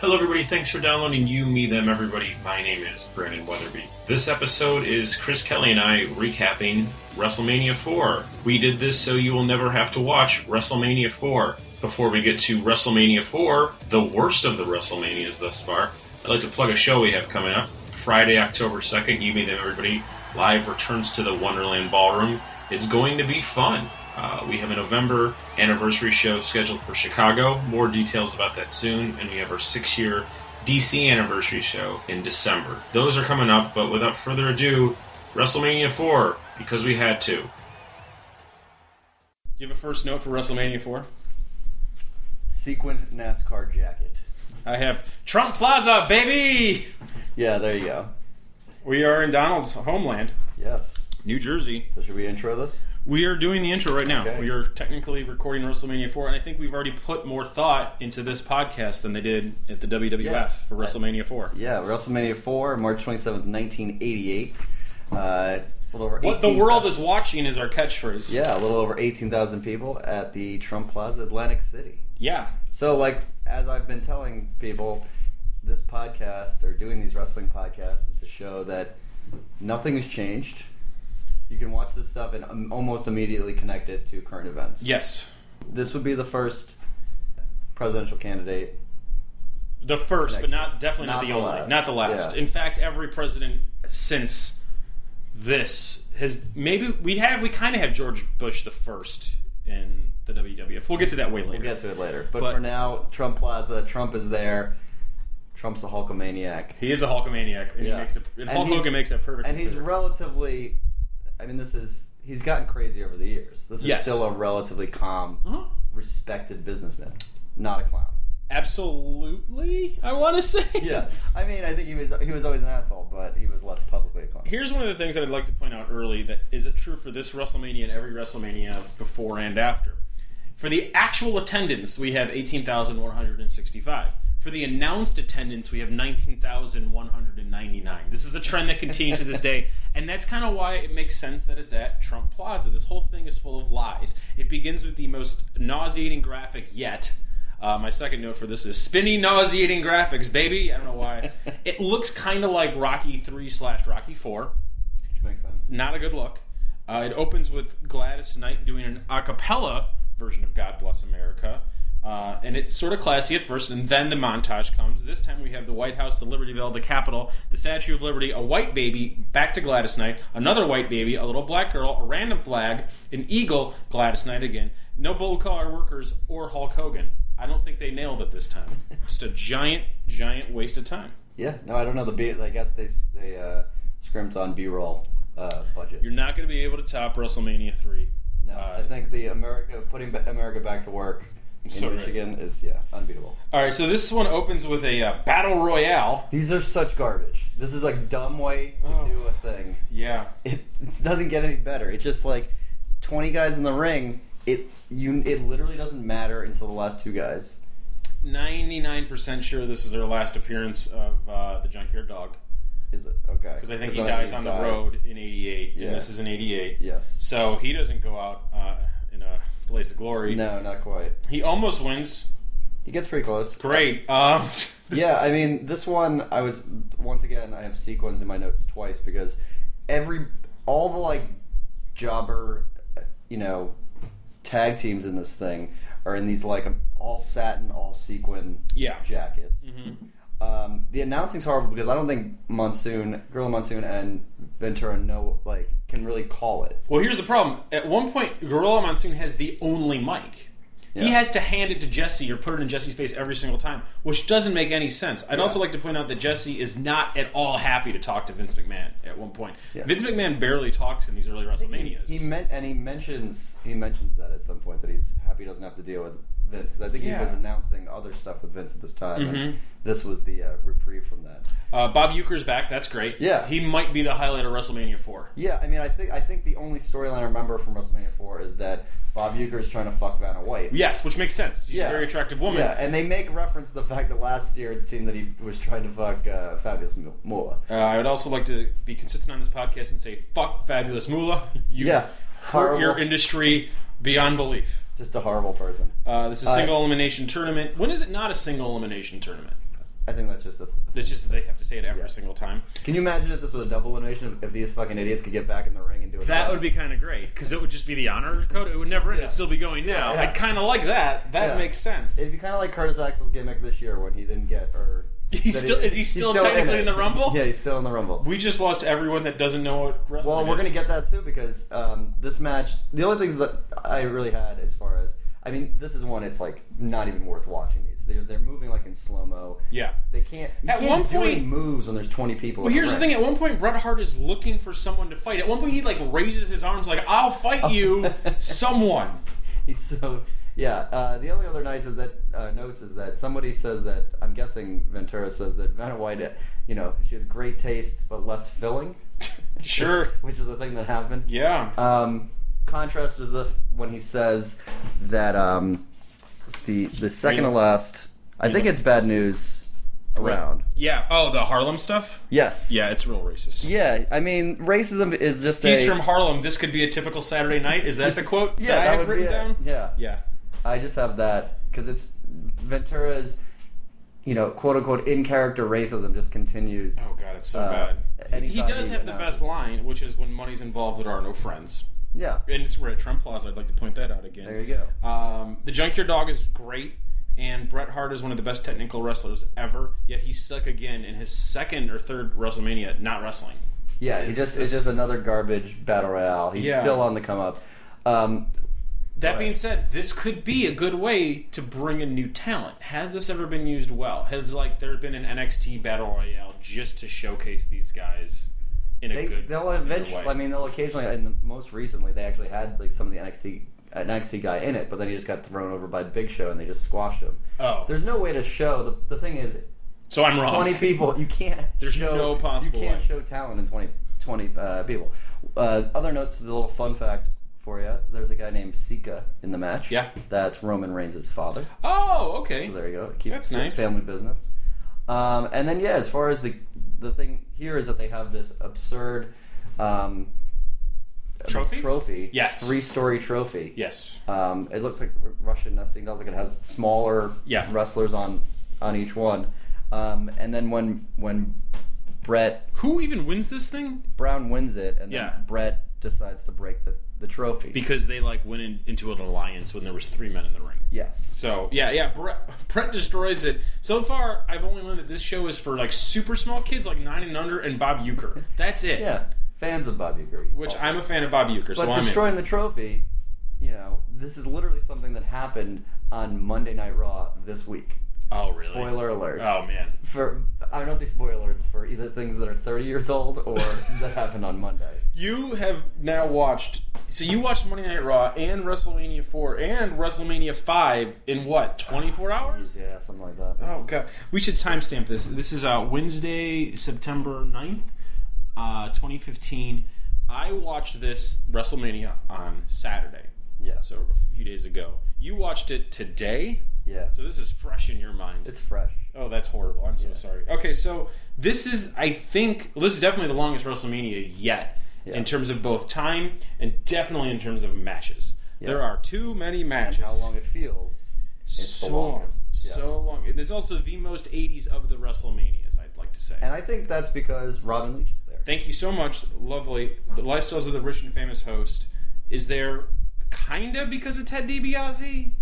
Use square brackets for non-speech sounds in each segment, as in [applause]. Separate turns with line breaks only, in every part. Hello, everybody. Thanks for downloading You, Me, Them, Everybody. My name is Brandon Weatherby. This episode is Chris Kelly and I recapping WrestleMania 4. We did this so you will never have to watch WrestleMania 4. Before we get to WrestleMania 4, the worst of the WrestleManias thus far, I'd like to plug a show we have coming up. Friday, October 2nd, You, Me, Them, Everybody live returns to the Wonderland Ballroom. It's going to be fun. Uh, we have a November anniversary show scheduled for Chicago. More details about that soon. And we have our six year DC anniversary show in December. Those are coming up, but without further ado, WrestleMania 4, because we had to. Do you have a first note for WrestleMania 4?
Sequined NASCAR jacket.
I have Trump Plaza, baby!
Yeah, there you go.
We are in Donald's homeland,
Yes.
New Jersey.
So should we intro this?
We are doing the intro right now.
Okay.
We are technically recording WrestleMania 4, and I think we've already put more thought into this podcast than they did at the WWF
Yeah.
for WrestleMania 4.
Yeah, WrestleMania 4, March 27th, 1988. Uh, a little over
What the
18
world is watching is our catchphrase.
Yeah, a little over 18,000 people at the Trump Plaza, Atlantic City.
Yeah.
So, like, as I've been telling people, this podcast or doing these wrestling podcasts is a show that nothing has changed. You can watch this stuff and um, almost immediately connect it to current events.
Yes.
This would be the first presidential candidate
The first, but not definitely not,
Not
the
the
only.
last.
Not the last.
Yeah.
In fact, every president since this has maybe we have we kind of have George Bush the first in the WWF. We'll get to that way later.
We'll get to it later. But,
But-
for now, Trump Plaza, Trump is there. Trump's a Hulkamaniac.
He is a Hulkamaniac, and he
Yeah.
makes a, and
And
Hulk
he's-
Hogan makes that perfect.
And he's
comparison.
relatively I mean this is he's gotten crazy over the years. This is
Yes.
still a relatively calm,
Uh-huh.
respected businessman. Not a clown.
Absolutely, I want to say.
Yeah. I mean I think he was he was always an asshole, but he was less publicly a clown.
[laughs] Here's one of the things that I'd like to point out early that is it true for this WrestleMania and every WrestleMania before and after. For the actual attendance, we have 18,165. For the announced attendance, we have 19,199. This is a trend that continues to this day, and that's kind of why it makes sense that it's at Trump Plaza. This whole thing is full of lies. It begins with the most nauseating graphic yet. Uh, my second note for this is spinny, nauseating graphics, baby. I don't know why. it looks kind of like Rocky 3 slash Rocky 4
Which makes sense.
not a good look. Uh, it opens with Gladys Knight doing an a cappella version of God Bless America. Uh, and it's sort of classy at first, and then the montage comes. This time we have the White House, the Liberty Bell, the Capitol, the Statue of Liberty, a white baby, back to Gladys Knight, another white baby, a little black girl, a random flag, an eagle, Gladys Knight again, no blue collar workers, or Hulk Hogan. I don't think they nailed it this time. Just a giant, giant waste of time.
Yeah, no, I don't know the B I guess they they uh scrimped on B roll uh budget.
You're not going to be able to top WrestleMania 3.
no,
uh,
I think the America putting ba- America back to work in
So great.
Michigan is yeah, unbeatable.
All right, so this one opens with a uh, battle royale.
These are such garbage. This is a dumb way to
Oh.
do a thing.
Yeah.
It, it doesn't get any better. It's just like twenty guys in the ring. It you it literally doesn't matter until the last two guys.
99% sure this is their last appearance of uh, the Junkyard Dog.
Is it okay?
Because I think he
then
dies
think
on the
uh, dies.
road in 88,
Yeah.
and this is in 88.
Yes.
So he doesn't go out uh, in a place of glory.
No, not quite.
He almost wins.
He gets pretty close.
Great. Um, [laughs]
yeah, I mean, this one I was once again I have sequins in my notes twice because every all the like jobber, you know, tag teams in this thing are in these like all satin, all sequin
Yeah.
jackets.
Mhm.
Um, the announcing's horrible because I don't think Monsoon, Gorilla Monsoon, and Ventura know like can really call it.
Well, here's the problem. At one point, Gorilla Monsoon has the only mic. He
Yeah.
has to hand it to Jesse or put it in Jesse's face every single time, which doesn't make any sense. I'd also like to point out that Jesse is not at all happy to talk to Vince McMahon at one point.
Yeah.
Vince McMahon barely talks in these early WrestleManias.
He meant and he mentions he mentions that at some point that he's happy he doesn't have to deal with Vince because I think
Yeah.
he was announcing other stuff with Vince at this time.
Mhm.
And this was the uh, reprieve from that.
uh, Bob Euchre's back. That's great.
Yeah.
He might be the highlight of WrestleMania 4.
Yeah, I mean, I think I think the only storyline I remember from WrestleMania Four is that Bob Uecker is trying to fuck Vanna White.
Yes, which makes sense. She's a
Yeah.
very attractive woman.
Yeah, and they make reference to the fact that last year it seemed that he was trying to fuck uh, Fabulous Mu- Moolah.
Uh, I would also like to be consistent on this podcast and say, fuck Fabulous Moolah. [laughs] You
Yeah.
hurt your
Horrible.
industry beyond belief.
Just a horrible person.
Uh, this is a
Uh,
single elimination tournament. When is it not a single elimination tournament?
I think that's just a.
It's just that they have to say it every
Yeah.
single time.
Can you imagine if this was a double elimination? If, if these fucking idiots could get back in the ring and do it.
That would be kind of great because it would just be the honor code. It would never end.
Yeah.
It'd still be going now.
Yeah.
I'd kind of like that. That
Yeah.
makes sense.
It'd be kind of like Curtis Axel's gimmick this year when he didn't get or.
He's
that
still- is [laughs] he
he's
still technically
it.
in the Rumble?
Yeah, he's still in the Rumble.
we just lost everyone that doesn't know what wrestling
Well, we're
is.
gonna get that too because um, this match. The only things that I really had as far as I mean, this is one. It's like not even worth watching these. They're they're moving like in slow mo.
Yeah.
They can't. You
At
can't
one
do
point-
any moves when there's 20 people.
Well, here's the thing. At one point, Bret Hart is looking for someone to fight. At one point, he like raises his arms, like "I'll fight
[laughs]
you, someone."
He's [laughs] so yeah. Uh, the only other nights is that uh, notes is that somebody says that I'm guessing Ventura says that Vanna White, uh, you know, she has great taste but
[laughs]
less filling.
Sure.
which is the thing that happened.
Yeah.
Um, contrast to the when he says that um, the the second to last. I think it's bad news around.
yeah. Oh, the Harlem stuff.
Yes.
Yeah, it's real racist.
Yeah. I mean, racism is just
He's
a.
from Harlem. This could be a typical Saturday night. Is that the quote
[laughs] yeah,
that I
that
have
would
written
be it.
down?
Yeah.
Yeah.
I just have that because it's Ventura's, you know, quote unquote in character racism just continues.
Oh god, it's so
Uh,
bad. He
anytime
does
he
have the
announces-
best line, which is when money's involved, there are no friends.
Yeah.
And it's we're at Trump Plaza. I'd like to point that out again.
There you go.
Um, the Junkyard Dog is great, and Bret Hart is one of the best technical wrestlers ever. Yet he's stuck again in his second or third WrestleMania not wrestling.
Yeah. He
It's
just
this-
it's just another garbage battle royale. He's
Yeah.
still on the come up. Um,
That
Right.
being said, this could be a good way to bring in new talent. Has this ever been used well? Has like there been an NXT battle royale just to showcase these guys in a
they,
good?
they'll
in a good
eventually.
way?
I mean, they'll occasionally. And the, most recently, they actually had like some of the NXT an NXT guy in it, but then he just got thrown over by Big Show and they just squashed him.
oh,
There's no way to show the the thing is
so I'm wrong.
20 people. You can't.
There's
show,
no possible
You can't
way.
show talent in 20, 20 uh, people. Uh, other notes, the little fun fact for you. There's a guy named Sika in the match.
Yeah.
That's Roman Reigns' father.
Oh, okay.
So there you go. Keep
That's nice.
Family business. Um, and then yeah, as far as the the thing here is that they have this absurd um,
Trophy?
Trophy.
Yes.
Three story trophy.
Yes.
Um, it looks like r- Russian nesting dolls. Like it has smaller
Yeah.
wrestlers on on each one. Um, and then when when Brett
Who even wins this thing?
Brown wins it, and then
Yeah.
Brett decides to break the, the trophy.
Because they like went in, into an alliance when there was three men in the ring.
yes.
So yeah, yeah. Brett, Brett destroys it. So far, I've only learned that this show is for like super small kids, like nine and under, and Bob Euchre. That's it.
Yeah. Fans of Bobby Green.
Which I'm a fan of Bob Euchre, so
But
I'm in.
destroying the trophy, you know, this is literally something that happened on Monday Night Raw this week.
Oh really?
Spoiler alert.
Oh man.
For I don't do spoiler alerts for either things that are 30 years old
[laughs]
or that happened on Monday.
You have now watched. So you watched Monday Night Raw and WrestleMania four and WrestleMania five in what? Twenty four hours?
Yeah, something like that.
Oh god, we should timestamp this. This is uh, Wednesday, September 9th, uh, twenty fifteen. I watched this WrestleMania on Saturday,
yeah,
so a few days ago. You watched it today,
yeah.
so this is fresh in your mind.
It's fresh.
Oh, that's horrible. I'm so
Yeah.
sorry. Okay, so this is, I think, well, this is definitely the longest WrestleMania yet
Yeah.
in terms of both time and definitely in terms of matches. There are too many
And
matches
how long it feels? It's
so
the longest.
long. So long. And There's also the most 80s of the WrestleManias, I'd like to say.
And I think that's because Robin Leach is there.
Thank you so much, lovely. The Lifestyles of the Rich and Famous host is there kinda because of Ted DiBiase?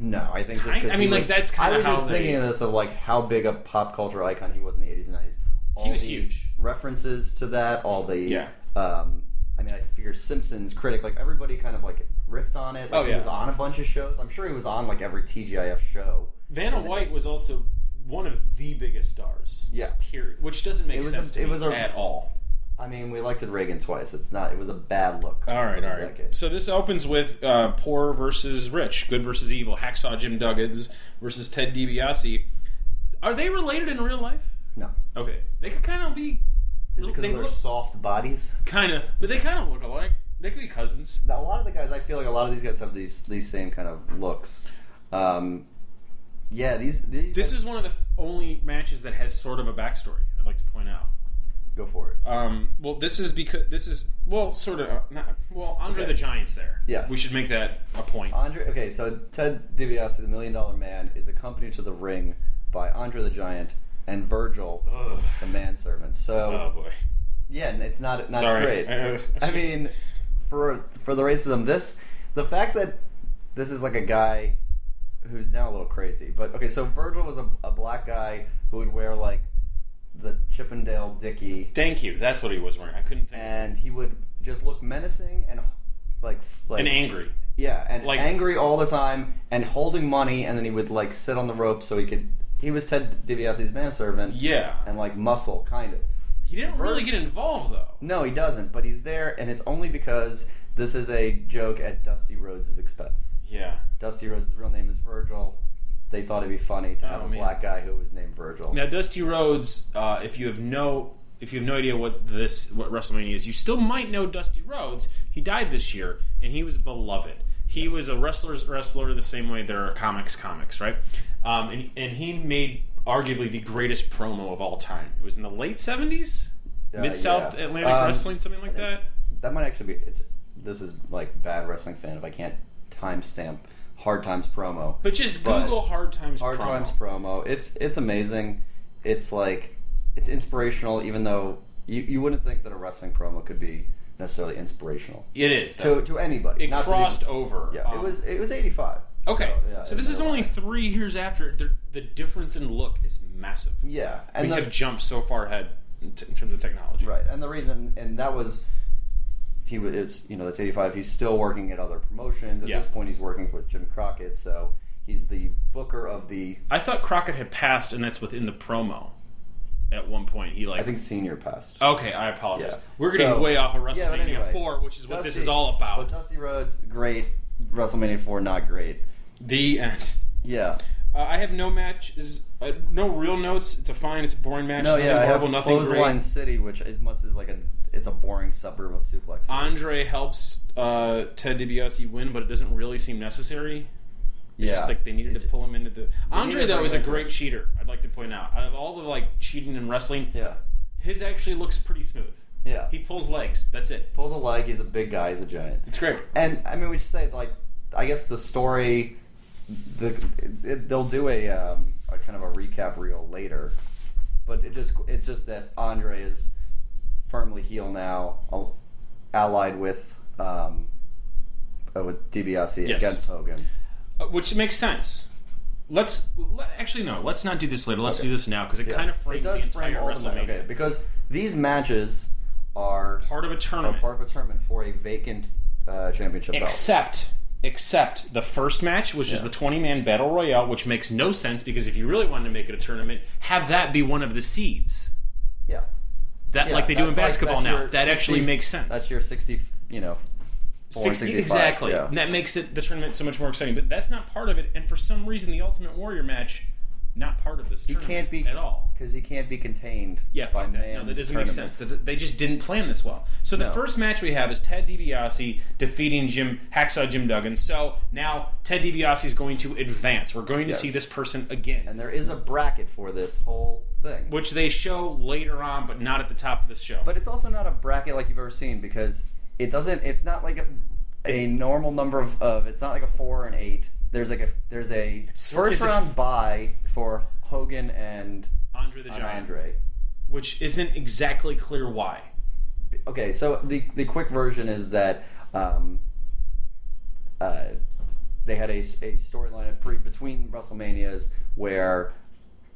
No, I think just
Kind-
'cause
I
he
mean, like,
was-
that's kinda
I was
how
just
they-
thinking of this of like how big a pop culture icon he was in the eighties and nineties. All
was
the
huge.
References to that, all the
Yeah.
Um, I mean, I figure Simpsons critic, like everybody, kind of like riffed on it. Like,
Oh,
he
yeah.
was on a bunch of shows. I'm sure he was on like every TGIF show.
Vanna White was also one of the biggest stars.
Yeah.
Period. Which doesn't make
It was a-
sense to
it
me
was a-
at all.
I mean, we elected Reagan twice. It's not. It was a bad look.
All right, all right.
Decade.
So this opens with uh, poor versus rich, good versus evil, hacksaw Jim Duggins versus Ted DiBiase. Are they related in real life?
No,
Okay, they could kind of be,
is it because
They
of their
look-
soft bodies?
kind of, but they kind of look alike. They could be cousins.
Now, a lot of the guys, I feel like a lot of these guys have these these same kind of looks. Um, yeah, these these.
This
guys-
is one of the f- only matches that has sort of a backstory. I'd like to point out.
go for it.
Um, well, this is because this is well, sort of. Uh, not, well, Andre
Okay.
the Giant's there.
Yes.
we should make that a point.
Andre. Okay, so Ted DiBiase, the Million Dollar Man, is accompanied to the ring by Andre the Giant, and Virgil,
Ugh.
the manservant. So
Oh boy.
yeah, and it's not not
Sorry. [laughs]
great.
Uh,
[laughs] I mean, for for the racism, this the fact that this is like a guy who's now a little crazy. But okay, so Virgil was a, a black guy who would wear like the Chippendale Dickie,
Thank you. That's what he was wearing. I couldn't think.
and he would just look menacing and like like
and angry.
yeah, and
like-
angry all the time, and holding money, and then he would like sit on the rope so he could. He was Ted DiBiase's manservant,
Yeah.
and like muscle kind of.
He didn't really get involved though.
No, he doesn't, but he's there, and it's only because this is a joke at Dusty Rhodes' expense.
Yeah.
Dusty Rhodes' real name is Virgil. They thought it'd be funny to have
Oh,
a
man.
black guy who was named Virgil.
Now, Dusty Rhodes, uh, if you have no if you have no idea what this what WrestleMania is, you still might know Dusty Rhodes. He died this year, and he was beloved. He was a wrestler's wrestler the same way there are comics comics, right? Um, and and he made arguably the greatest promo of all time. It was in the late seventies,
Uh,
mid South
yeah.
Atlantic
Um,
Wrestling, something like that.
That might actually be. It's this is like bad wrestling fan if I can't timestamp Hard Times promo.
But just
but-
Google Hard Times
Hard
promo.
Times promo. It's it's amazing. It's like it's inspirational, even though you, you wouldn't think that a wrestling promo could be necessarily inspirational
It is. though.
to to anybody.
it
not to
crossed
even-
over.
Yeah, it
um,
was it was eighty five.
Okay, so,
yeah,
this
it's
is
a lot.
only three years after. The, the difference in look is massive.
Yeah, and
we
the,
have jumped so far ahead in, t- in terms of technology.
right, and the reason, and that was he was it's you know that's eighty five. He's still working at other promotions. At
Yeah.
this point, he's working with Jim Crockett, so he's the booker of the
I thought Crockett had passed, and that's within the promo. At one point, he like.
I think senior past.
okay, I apologize.
Yeah.
We're getting
So-
way off of WrestleMania
yeah, but anyway,
Four, which is what this
Dusty-
is all
But
about.
Dusty Rhodes, great. WrestleMania four, not great.
the end.
Yeah.
Uh, I have no matches, uh, no real notes. It's a fine. It's a boring match.
No,
nothing
yeah, I have
horrible, nothing great.
Clothesline City, which is must is like a it's a boring suburb of Suplex. City.
Andre helps uh, Ted DiBiase win, but it doesn't really seem necessary. It's
yeah.
just like they needed to pull him into the. Andre
needed to
though is a
bring him
great cheater. I'd like to point out. Out of all the like cheating and wrestling,
yeah.
his actually looks pretty smooth.
Yeah.
He pulls legs. That's it.
pulls a leg, he's a big guy, he's a giant.
It's great.
And I mean we should say like I guess the story the it, they'll do a, um, a kind of a recap reel later. But it just it's just that Andre is firmly heel now, al- allied with um, uh, with DiBiase
Yes.
against Hogan.
Uh, which makes sense. Let's let, actually no. Let's not do this later. Let's
Okay.
do this now because it
Yeah.
kind of frames
it does
the entire
frame all the
WrestleMania.
ma- okay, because these matches are
Part of a
are
tournament.
part of a tournament for a vacant uh, championship belt.
except except the first match which is
Yeah.
the 20 man battle royale which makes no sense because if you really wanted to make it a tournament have that be one of the seeds
Yeah,
that
Yeah,
like they do in
that's like-
basketball
that's
now
your
that
60
actually makes sense
that's your sixty. You know, four and
60,
65,
exactly.
yeah.
And that makes it the tournament so much more exciting. But that's not part of it. And for some reason, the Ultimate Warrior match, not part of this.
He
tournament
can't be
at all.
because he can't be contained.
Yeah,
by
fuck that. No, that
man's
doesn't make sense.
tournaments.
That- They just didn't plan this well. So the
No.
first match we have is Ted DiBiase defeating Jim Hacksaw Jim Duggan. So now Ted DiBiase is going to advance. We're going to
Yes.
see this person again,
And there is a bracket for this whole thing,
which they show later on, but not at the top of the show.
but it's also not a bracket like you've ever seen because it doesn't. It's not like a, a normal number of, of. It's not like a four and eight. There's like a there's a
it's
first
a-
round bye for Hogan and
Andre the Giant,
Andre.
which isn't exactly clear why.
Okay, so the the quick version is that um, uh, they had a, a storyline at pre- between WrestleManias where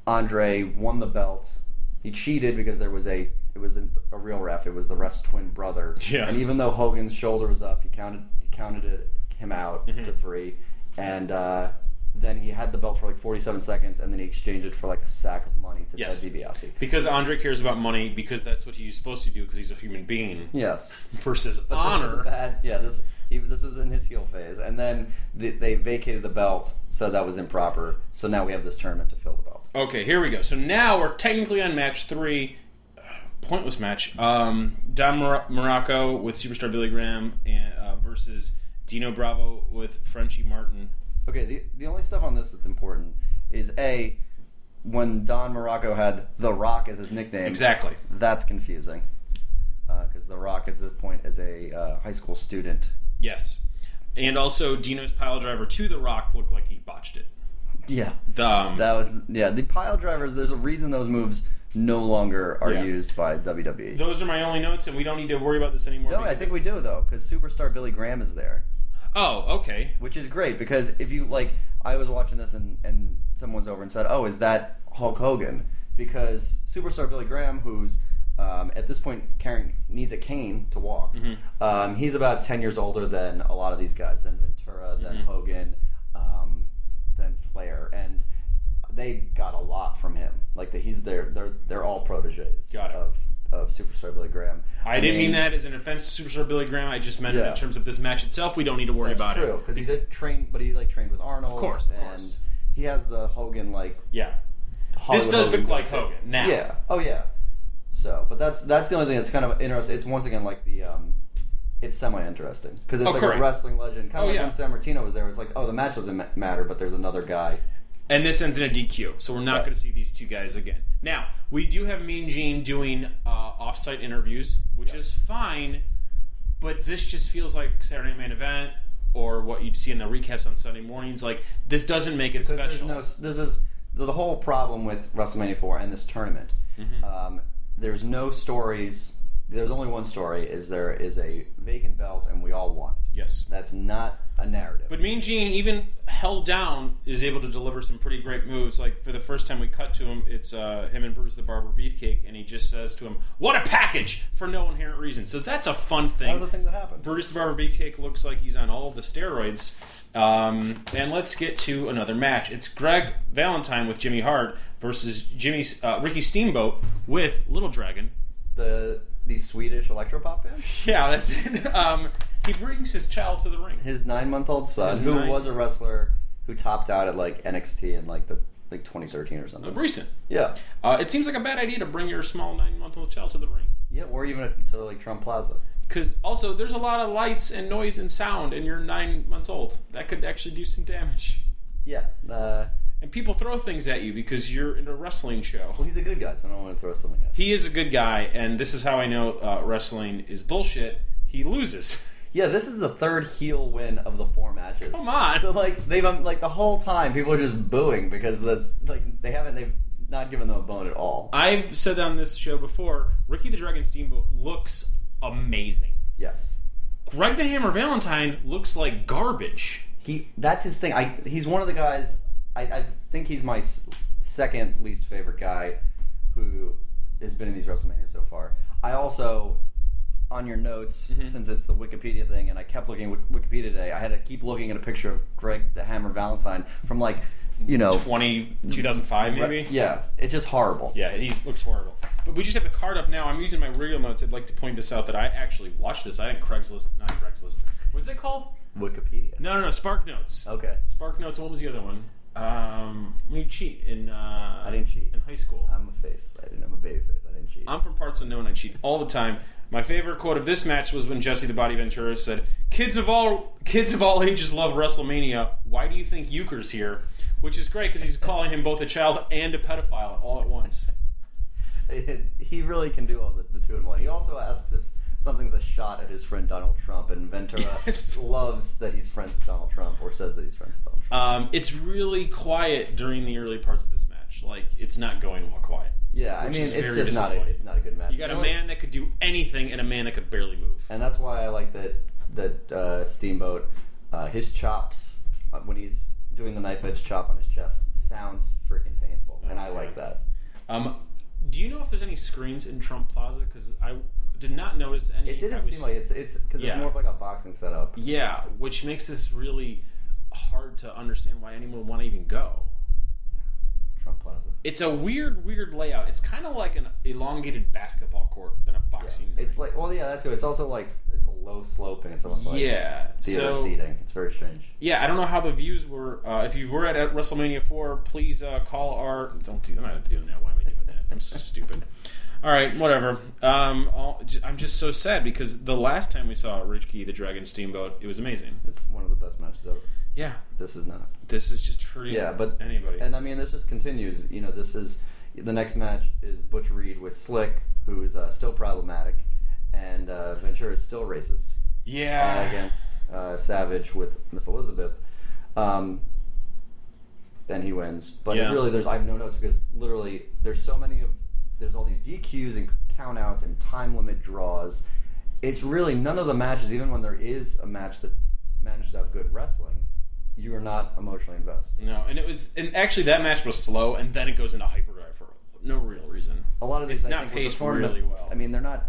Andre won the belt. He cheated because there was a it wasn't a real ref. It was the ref's twin brother.
Yeah.
And even though Hogan's shoulder was up, he counted he counted it, him out
Mm-hmm.
to three, and uh, then he had the belt for like forty seven seconds, and then he exchanged it for like a sack of money to
Yes.
Ted DiBiase.
Because Andre cares about money, because that's what he's supposed to do, because he's a human being.
Yes.
Versus
But This was a
honor.
bad, yeah, this he, this was in his heel phase, and then th they vacated the belt, so that was improper. So now we have this tournament to fill the belt.
Okay, here we go. So now we're technically on match three. Uh, Pointless match. Um, Don Mor- Morocco with Superstar Billy Graham and, uh, versus Dino Bravo with Frenchie Martin.
Okay, the the only stuff on this that's important is a when Don Morocco had The Rock as his nickname.
Exactly.
That's confusing because The Rock at this point is a uh, high school student.
Yes. And also, Dino's pile driver to The Rock looked like he botched it.
yeah,
The, um,
that was yeah. The pile drivers. There's a reason those moves no longer are
Yeah.
used by WWE.
those are my only notes, and we don't need to worry about this anymore.
no, I
because-
think we do though, because superstar Billy Graham is there.
Oh, okay.
which is great because if you like i was watching this and, and someone's over and said oh is that hulk hogan because superstar billy graham who's um, at this point carrying needs a cane to walk
Mm-hmm.
um, he's about 10 years older than a lot of these guys than ventura than
Mhm.
hogan um, than flair and they got a lot from him like that he's their they're they're all proteges
Got it.
of of superstar billy graham
I didn't mean
mean
that as an offense to Superstar Billy Graham. I just meant it
Yeah.
in terms of this match itself. We don't need to worry
That's
about
true,
it.
because he did train, but he like trained with Arnold.
Of course, of
and
course.
he has the Hogan like.
Yeah.
Hollywood
this does
Hogan
look like
built
Hogan
in.
now.
Yeah. Oh yeah. So, but that's that's the only thing that's kind of interesting. It's once again like the um, it's semi interesting because it's
Oh,
like
correct.
a wrestling legend. Kind
Oh,
of like
yeah.
when San Martino was there, it's like oh the match doesn't ma- matter, but there's another guy.
And this ends in a DQ, so we're not
Right.
going to see these two guys again. Now, we do have Mean Gene doing uh, off-site interviews, which is fine, but this just feels like Saturday Night Main Event or what you'd see in the recaps on Sunday mornings. Like, this doesn't make it
'Cause there's
special.
no s- this is the the whole problem with WrestleMania four and this tournament.
Mm-hmm.
Um, there's no stories. There's only one story. Is there is a vacant belt, and we all want it.
yes.
That's not a narrative.
But Mean Gene, even held down, is able to deliver some pretty great moves. Like for the first time we cut to him, it's uh, him and Bruce the Barber Beefcake, and he just says to him, "What a package!" for no inherent reason. So that's a fun
that
thing.
was the thing that happened.
Brutus the Barber Beefcake looks like he's on all of the steroids. Um, and let's get to another match. It's Greg Valentine with Jimmy Hart versus Jimmy uh, Ricky Steamboat with Little Dragon.
The the Swedish electropop band.
Yeah, that's it. [laughs] Um, he brings his child to the ring.
His nine month old son,
His
who
nine-
was a wrestler, who topped out at like NXT in like the like 2013 or something.
Recent.
Yeah,
Uh, it seems like a bad idea to bring your small nine-month-old child to the ring.
yeah, or even to like Trump Plaza.
Because also, there's a lot of lights and noise and sound, and you're nine months old. That could actually do some damage.
Yeah, uh,
And people throw things at you because you're in a wrestling show.
well, he's a good guy, so I don't want to throw something at. him.
he is a good guy, and this is how I know uh, wrestling is bullshit. He loses. [laughs]
Yeah, this is the third heel win of the four matches.
Come on.
So like they've um, like the whole time people are just booing because the like they haven't they've not given them a bone at all.
I've said on this show before. Ricky the Dragon Steamboat looks amazing.
yes.
Greg the Hammer Valentine looks like garbage.
He that's his thing. I he's one of the guys. I, I think he's my s- second least favorite guy who has been in these WrestleMania so far. I also on your notes
Mm-hmm.
since it's the Wikipedia thing, and I kept looking at Wik- Wikipedia today. I had to keep looking at a picture of Greg the Hammer Valentine from like you know
20, 2005
re-
maybe.
yeah, it's just horrible.
Yeah, he looks horrible. But we just have the card up now. I'm using my real notes. I'd like to point this out that I actually watched this. I didn't Craigslist, not Craigslist. What's it called?
Wikipedia.
No, no, no. Spark Notes.
Okay,
Spark Notes. What was the other one? Um, when you cheat in. Uh,
I didn't cheat.
in high school.
I'm a face. I didn't. I'm a baby face. I didn't cheat.
I'm from parts unknown. I cheat all the time. My favorite quote of this match was when Jesse the Body Ventura said, "Kids of all kids of all ages love WrestleMania. Why do you think Euchre's here?" Which is great because he's calling him both a child and a pedophile all at once.
[laughs] he really can do all the, the two in one. He also asks if something's a shot at his friend Donald Trump, and Ventura
[laughs] Yes.
loves that he's friends with Donald Trump, or says that he's friends with Donald Trump.
Um, it's really quiet during the early parts of this match. Like it's not going well quiet.
yeah, I
which
mean,
is
it's
very
just not a,
disappointing.
it's not a good match.
You got a
know what?
man that could do anything and a man that could barely move.
and that's why I like that that uh, Steamboat, uh, his chops uh, when he's doing the knife edge chop on his chest sounds freaking painful, and I
Okay.
like that.
Um, do you know if there's any screens in Trump Plaza? Because I did not notice any.
It
I
didn't
was-
seem like it's it's because
Yeah.
it's more of like a boxing setup.
Yeah, which makes this really hard to understand why anyone would want to even go.
Trump Plaza.
It's a weird, weird layout. It's kind of like an elongated basketball court than a boxing. ring.
It's like, well, yeah, that too. It's also like it's a low slope, and it's almost like
yeah.
theater
So
seating. It's very strange.
yeah, I don't know how the views were. Uh, if you were at, at WrestleMania four, please uh, call our. Don't do. I'm not doing that. Why am I doing that? I'm so stupid. All right, whatever. Um, I'll, j- I'm just so sad because the last time we saw Ricky the Dragon Steamboat, it was amazing.
It's one of the best matches ever.
Yeah,
This is not.
this is just hurting.
Yeah, but
anybody.
and I mean this just continues. You know, this is the next match is Butch Reed with Slick, who is uh, still problematic, and uh, Ventura is still racist uh,
yeah.
against uh, Savage with Miss Elizabeth. Um, then he wins. But
Yeah.
really, there's I have no notes because literally there's so many of there's all these DQs and countouts and time limit draws. It's really none of the matches, even when there is a match that manages to have good wrestling, you are not emotionally invested.
No, and it was, and actually that match was slow, and then it goes into hyperdrive for no real reason.
A lot of
It's
these I
not
think, were
paced
performed-
really well.
I mean, they're not.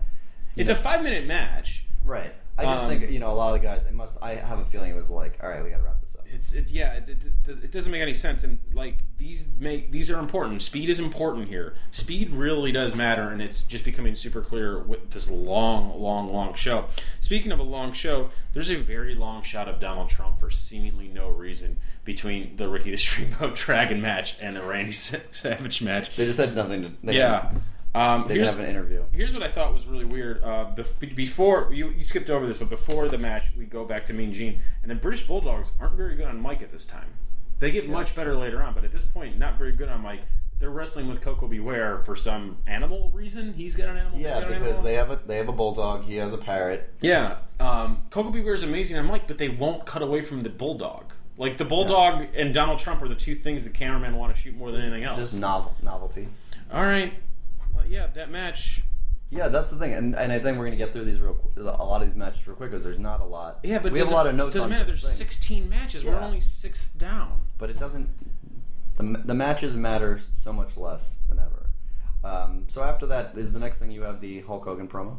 you
It's
know,
a five minute match.
Right. I just
Um,
think you know a lot of the guys. It must. I have a feeling it was like, all right, we got to wrap this up.
It's it, yeah, it, it, it doesn't make any sense, and like these make these are important. Speed is important here. Speed really does matter, and it's just becoming super clear with this long, long, long show. Speaking of a long show, there's a very long shot of Donald Trump for seemingly no reason between the Ricky [laughs] the Steamboat Dragon match and the Randy Sa- Savage match.
They just had nothing to. They
Yeah. Um,
They
here's-
didn't have an interview.
Here's what I thought was really weird. Uh, bef- before you, you skipped over this, but before the match, we go back to Mean Gene, and the British Bulldogs aren't very good on Mike at this time. They get much better later on, but at this point, not very good on Mike. They're wrestling with Coco Beware for some animal reason. He's got an animal. he's
Yeah,
got an
because
animal.
they have a they have a bulldog. He has a parrot.
Yeah, um, Coco Beware is amazing on Mike, but they won't cut away from the Bulldog. Like the Bulldog and Donald Trump are the two things the cameramen want to shoot more than anything else.
Just novel novelty.
All right, Well, yeah, that match.
Yeah, that's the thing, and, and I think we're gonna get through these real qu- a lot of these matches real quick because there's not a lot.
Yeah, but
we have a
doesn't-
lot of notes.
Doesn't
on
matter.
different
There's
things,
16 matches. We're
Yeah.
only six down.
but it doesn't. The, the matches matter so much less than ever. Um, so after that is the next thing you have the Hulk Hogan promo.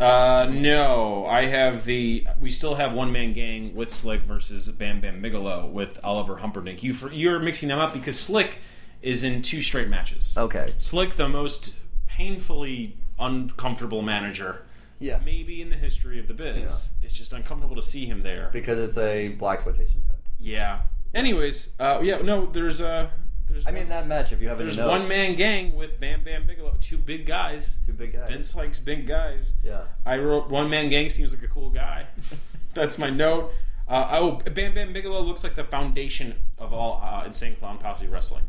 Uh, no, I have the. We still have one man gang with Slick versus Bam Bam Bigelow with Oliver Humperdinck. You for you're mixing them up because Slick is in two straight matches.
Okay.
Slick, the most painfully uncomfortable manager,
Yeah.
maybe in the history of the biz. It's just uncomfortable to see him there.
Because it's a black exploitation pimp.
Yeah. Anyways, uh, yeah, no, there's uh, there's
I mean that match. If you have any
there's
notes,
one man gang with Bam Bam Bigelow, two big guys.
two big guys.
Vince likes big guys.
Yeah. [laughs]
I wrote one man gang seems like a cool guy. [laughs] That's my note. Uh, oh, Bam Bam Bigelow looks like the foundation of all uh, Insane Clown Posse wrestling.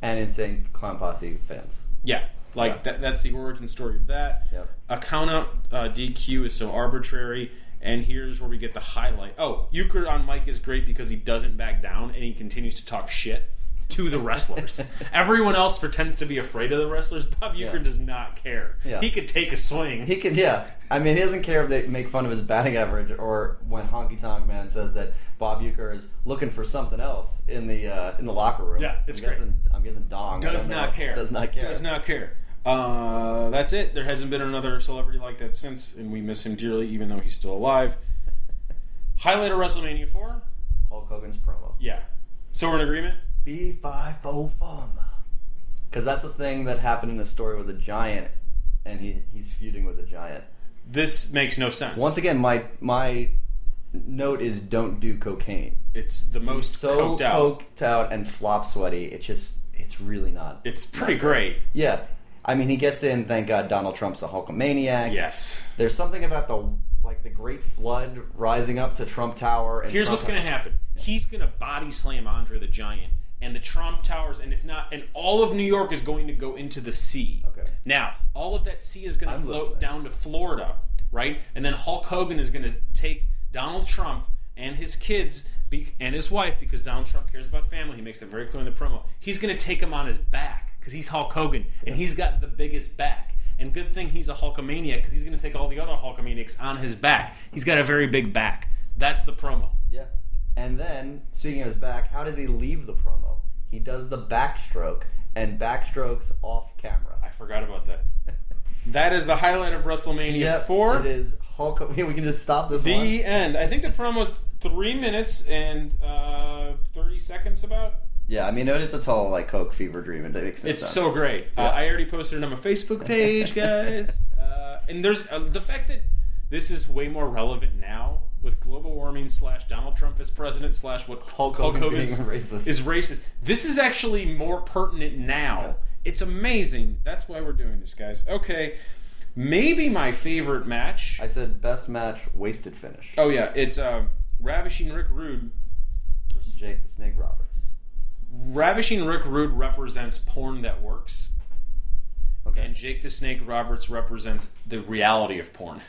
and insane clown posse fans.
Yeah, like
Yeah.
That, that's the origin story of that.
Yep.
A count out uh, DQ is so arbitrary, and here's where we get the highlight. Oh, Euchre on Mike is great because he doesn't back down and he continues to talk shit to the
[laughs]
wrestlers. Everyone else pretends to be afraid of the wrestlers. Bob Euchre
Yeah.
does not care.
Yeah.
He could take a swing.
He can, yeah. I mean, he doesn't care if they make fun of his batting average or when Honky Tonk Man says that Bob Euchre is looking for something else in the uh, in the locker room.
Yeah, it's
I'm
great.
Guessing, I'm guessing Dong I
does
don't know.
not care.
Does not care.
Does not care. Uh, that's it. There hasn't been another celebrity like that since, and we miss him dearly, even though he's still alive. Highlight of WrestleMania four.
Hulk Hogan's promo.
Yeah. So we're in agreement.
B five oh O Farm. Because that's a thing that happened in a story with a giant, and he he's feuding with a giant.
This makes no sense.
Once again, my my note is don't do cocaine.
it's the most
so
coked out.
coked out and flop sweaty. It just it's really not.
It's pretty great.
Yeah. I mean, he gets in. Thank God, Donald Trump's a Hulkamaniac.
Yes.
There's something about the like the Great Flood rising up to Trump Tower. And
Here's
Trump-
what's going to happen. He's going to body slam Andre the Giant and the Trump Towers, and if not, and all of New York is going to go into the sea.
Okay.
Now, all of that sea is going
I'm
to float
listening.
down to Florida, right? And then Hulk Hogan is going to take Donald Trump and his kids be, and his wife, because Donald Trump cares about family. He makes it very clear in the promo. He's going to take him on his back because he's Hulk Hogan and he's got the biggest back. And good thing he's a Hulkamaniac because he's going to take all the other Hulkamaniacs on his back. He's got a very big back. That's the promo.
Yeah. And then speaking of his back, how does he leave the promo? He does the backstroke and backstrokes off camera.
I forgot about that. That is the highlight of WrestleMania
Yep,
4.
It is Hulk. [laughs] We can just stop this one.
The end. I think the promo's three minutes and uh, thirty seconds. About
Yeah, I mean, it's a total like coke fever dream, and it makes no
it's
sense.
so great. Uh,
Yeah.
I already posted it on my Facebook page,
[laughs]
guys. uh, and there's uh, the fact that this is way more relevant now with global warming slash Donald Trump as president slash what
Hulk Hogan
Hogan's-
being [laughs] racist.
is racist. This is actually more pertinent now. It's amazing. That's why we're doing this, guys. Okay, maybe my favorite match.
I said best match wasted finish.
oh yeah, it's uh, ravishing Rick Rude
Versus Jake the Snake Roberts.
Ravishing Rick Rude represents porn that works,
Okay.
and Jake the Snake Roberts
[laughs]
represents the reality of porn.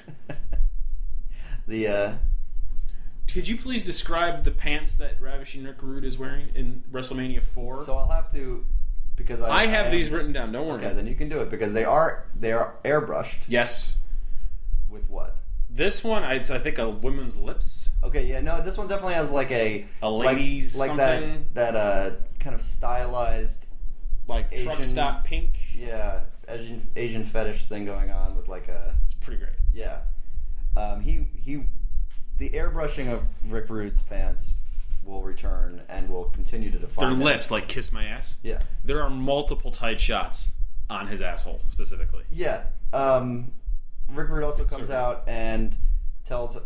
the uh,
could you please describe the pants that Ravishing Rick Rude is wearing in WrestleMania Four?
So I'll have to because I,
I have
am-
these written down. Don't worry.
Okay, then you can do it because they are they are airbrushed
yes,
with what?
this one I, it's I think a woman's lips.
Okay, yeah, no, this one definitely has like a
A
like-
lady's
like,
something.
that that uh kind of stylized
like truck
Asian-
stop pink.
yeah Asian Asian fetish thing going on with like a
It's pretty great.
yeah. Um, he he, the airbrushing of Rick Rude's pants will return and will continue to define
Their
him.
lips, like kiss my ass.
Yeah,
There are multiple tight shots on his asshole specifically.
yeah. Um, Rick Rude also comes
sort of-
out and tells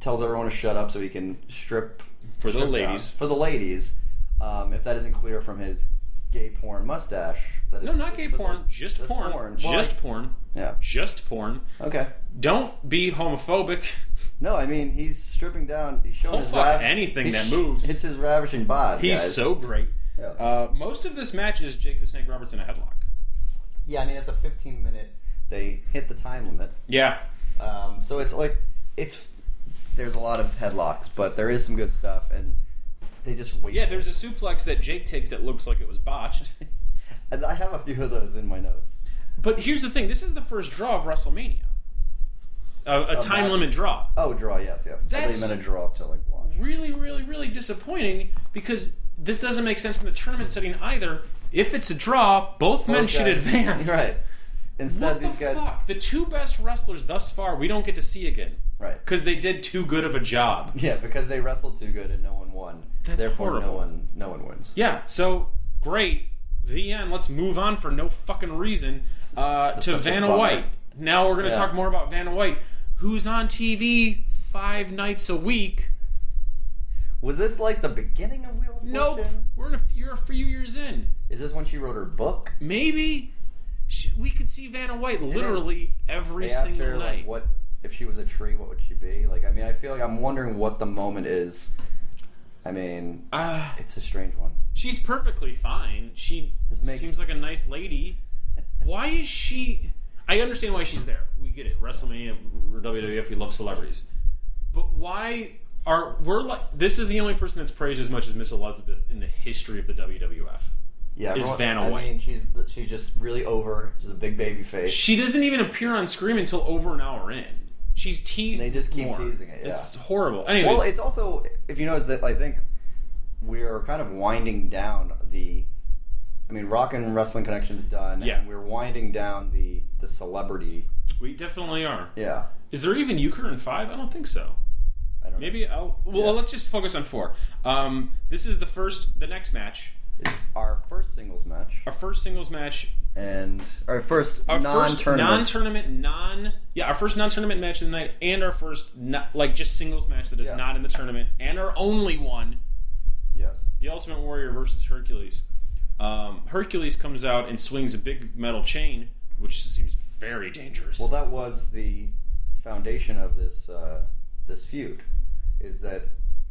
tells everyone to shut up so he can strip
For the
strip down.
ladies.
For the ladies, um, if that isn't clear from his gay porn mustache. That
No,
it's-
not
it's
gay
for the-
porn, just, porn,
Well,
just
like-
porn,
yeah.
just porn.
Okay.
Don't be
[laughs]
homophobic.
No, I mean he's stripping down. He's showing
He'll
his
fuck
rav-
anything that
he's-
moves.
It's his ravishing bod.
He's
guys.
so great.
Yeah.
Uh, most of this match is Jake the Snake Roberts in a headlock.
Yeah, I mean it's a 15 minute. They hit the time limit,
Yeah,
um, so it's like it's there's a lot of headlocks, but there is some good stuff, and they just wait.
yeah. There's a suplex that Jake takes that looks like it was
[laughs]
botched.
and I have a few of those in my notes.
But here's the thing: this is the first draw of WrestleMania, a, a time
match.
limit draw.
Oh, draw. Yes, yes. I
That's-
thought you meant a draw to like watch.
really, really, really disappointing because this doesn't make sense in the tournament setting either. If it's a draw, both, men
Both
should
guys-
advance.
[laughs] Right. Instead,
What the
these guys.
fuck? The two best wrestlers thus far we don't get to see again
Right.
because they did too good of a job.
Yeah, because they wrestled too good and no one won.
That's
Therefore, no
horrible.
one, no one wins.
Yeah. So great. The end. Let's move on for no fucking reason uh, to
such a
Vanna
bummer.
White. Now we're gonna
Yeah.
talk more about Vanna White, who's on TV five nights a week.
Was this like the beginning of Wheel of
Nope.
Fortune?
We're in a, you're a few years in.
Is this when she wrote her book?
Maybe she, we could see Vanna White literally every
they asked
single
her
night.
like what if she was a tree what would she be like i mean i feel like i'm wondering what the moment is i mean
Ah,
it's a strange one
she's perfectly fine. She
This makes-
seems like a nice lady. Why is she? I understand why she's there. We get it. WrestleMania, or WWF, we love celebrities. But why are we're like? This is the only person that's praised as much as Miss Elizabeth in the history of the WWF.
yeah
Is
everyone-
Vanna
i
White.
mean she's she's just really over she's a big baby face
She doesn't even appear on screen until over an hour in. She's teased.
They just keep
more.
teasing it, yeah.
It's horrible. Anyways,
well it's also if you notice that i think we're kind of winding down the i mean rock and wrestling connections done
Yeah.
and we're winding down the the celebrity
we definitely are.
yeah
Is there even Euchre in five? I don't think so.
i don't know
Maybe I'll. Well,
Yeah.
let's just focus on four. Um, this is the first, the next match,
It's our first singles match
our first singles match,
and our first
our first
non-tournament
non-tournament, non yeah, our first non-tournament match of the night, and our first not, like just singles match that is
Yeah.
not in the tournament, and our only one,
yes
the Ultimate Warrior versus Hercules. Um, Hercules comes out and swings a big metal chain, which seems very dangerous.
Well, that was the foundation of this uh, this feud. Is that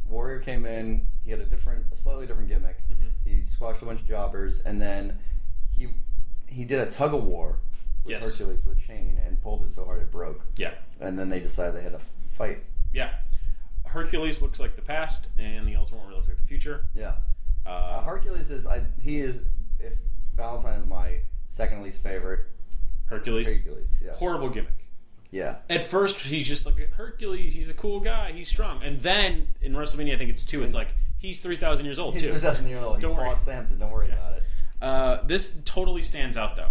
Warrior came in? He had a different, a slightly different gimmick.
Mhm.
He squashed a bunch of jobbers, and then he he did a tug of war with
Yes.
Hercules with a chain and pulled it so hard it broke.
yeah,
And then they decided they had a f- fight.
yeah. Hercules looks like the past, and the Ultimate Warrior looks like the future.
Yeah, uh,
Uh,
Hercules is I, he is if Valentine is my second least favorite.
Hercules,
Hercules, yeah,
horrible gimmick.
yeah,
at first he's just like Hercules. He's a cool guy. He's strong. And then in WrestleMania, I think it's two. It's like he's three thousand years old
he's
too.
2000 year old. He
Don't worry.
fought Samson. Don't worry
Yeah.
about it.
Uh, this totally stands out though.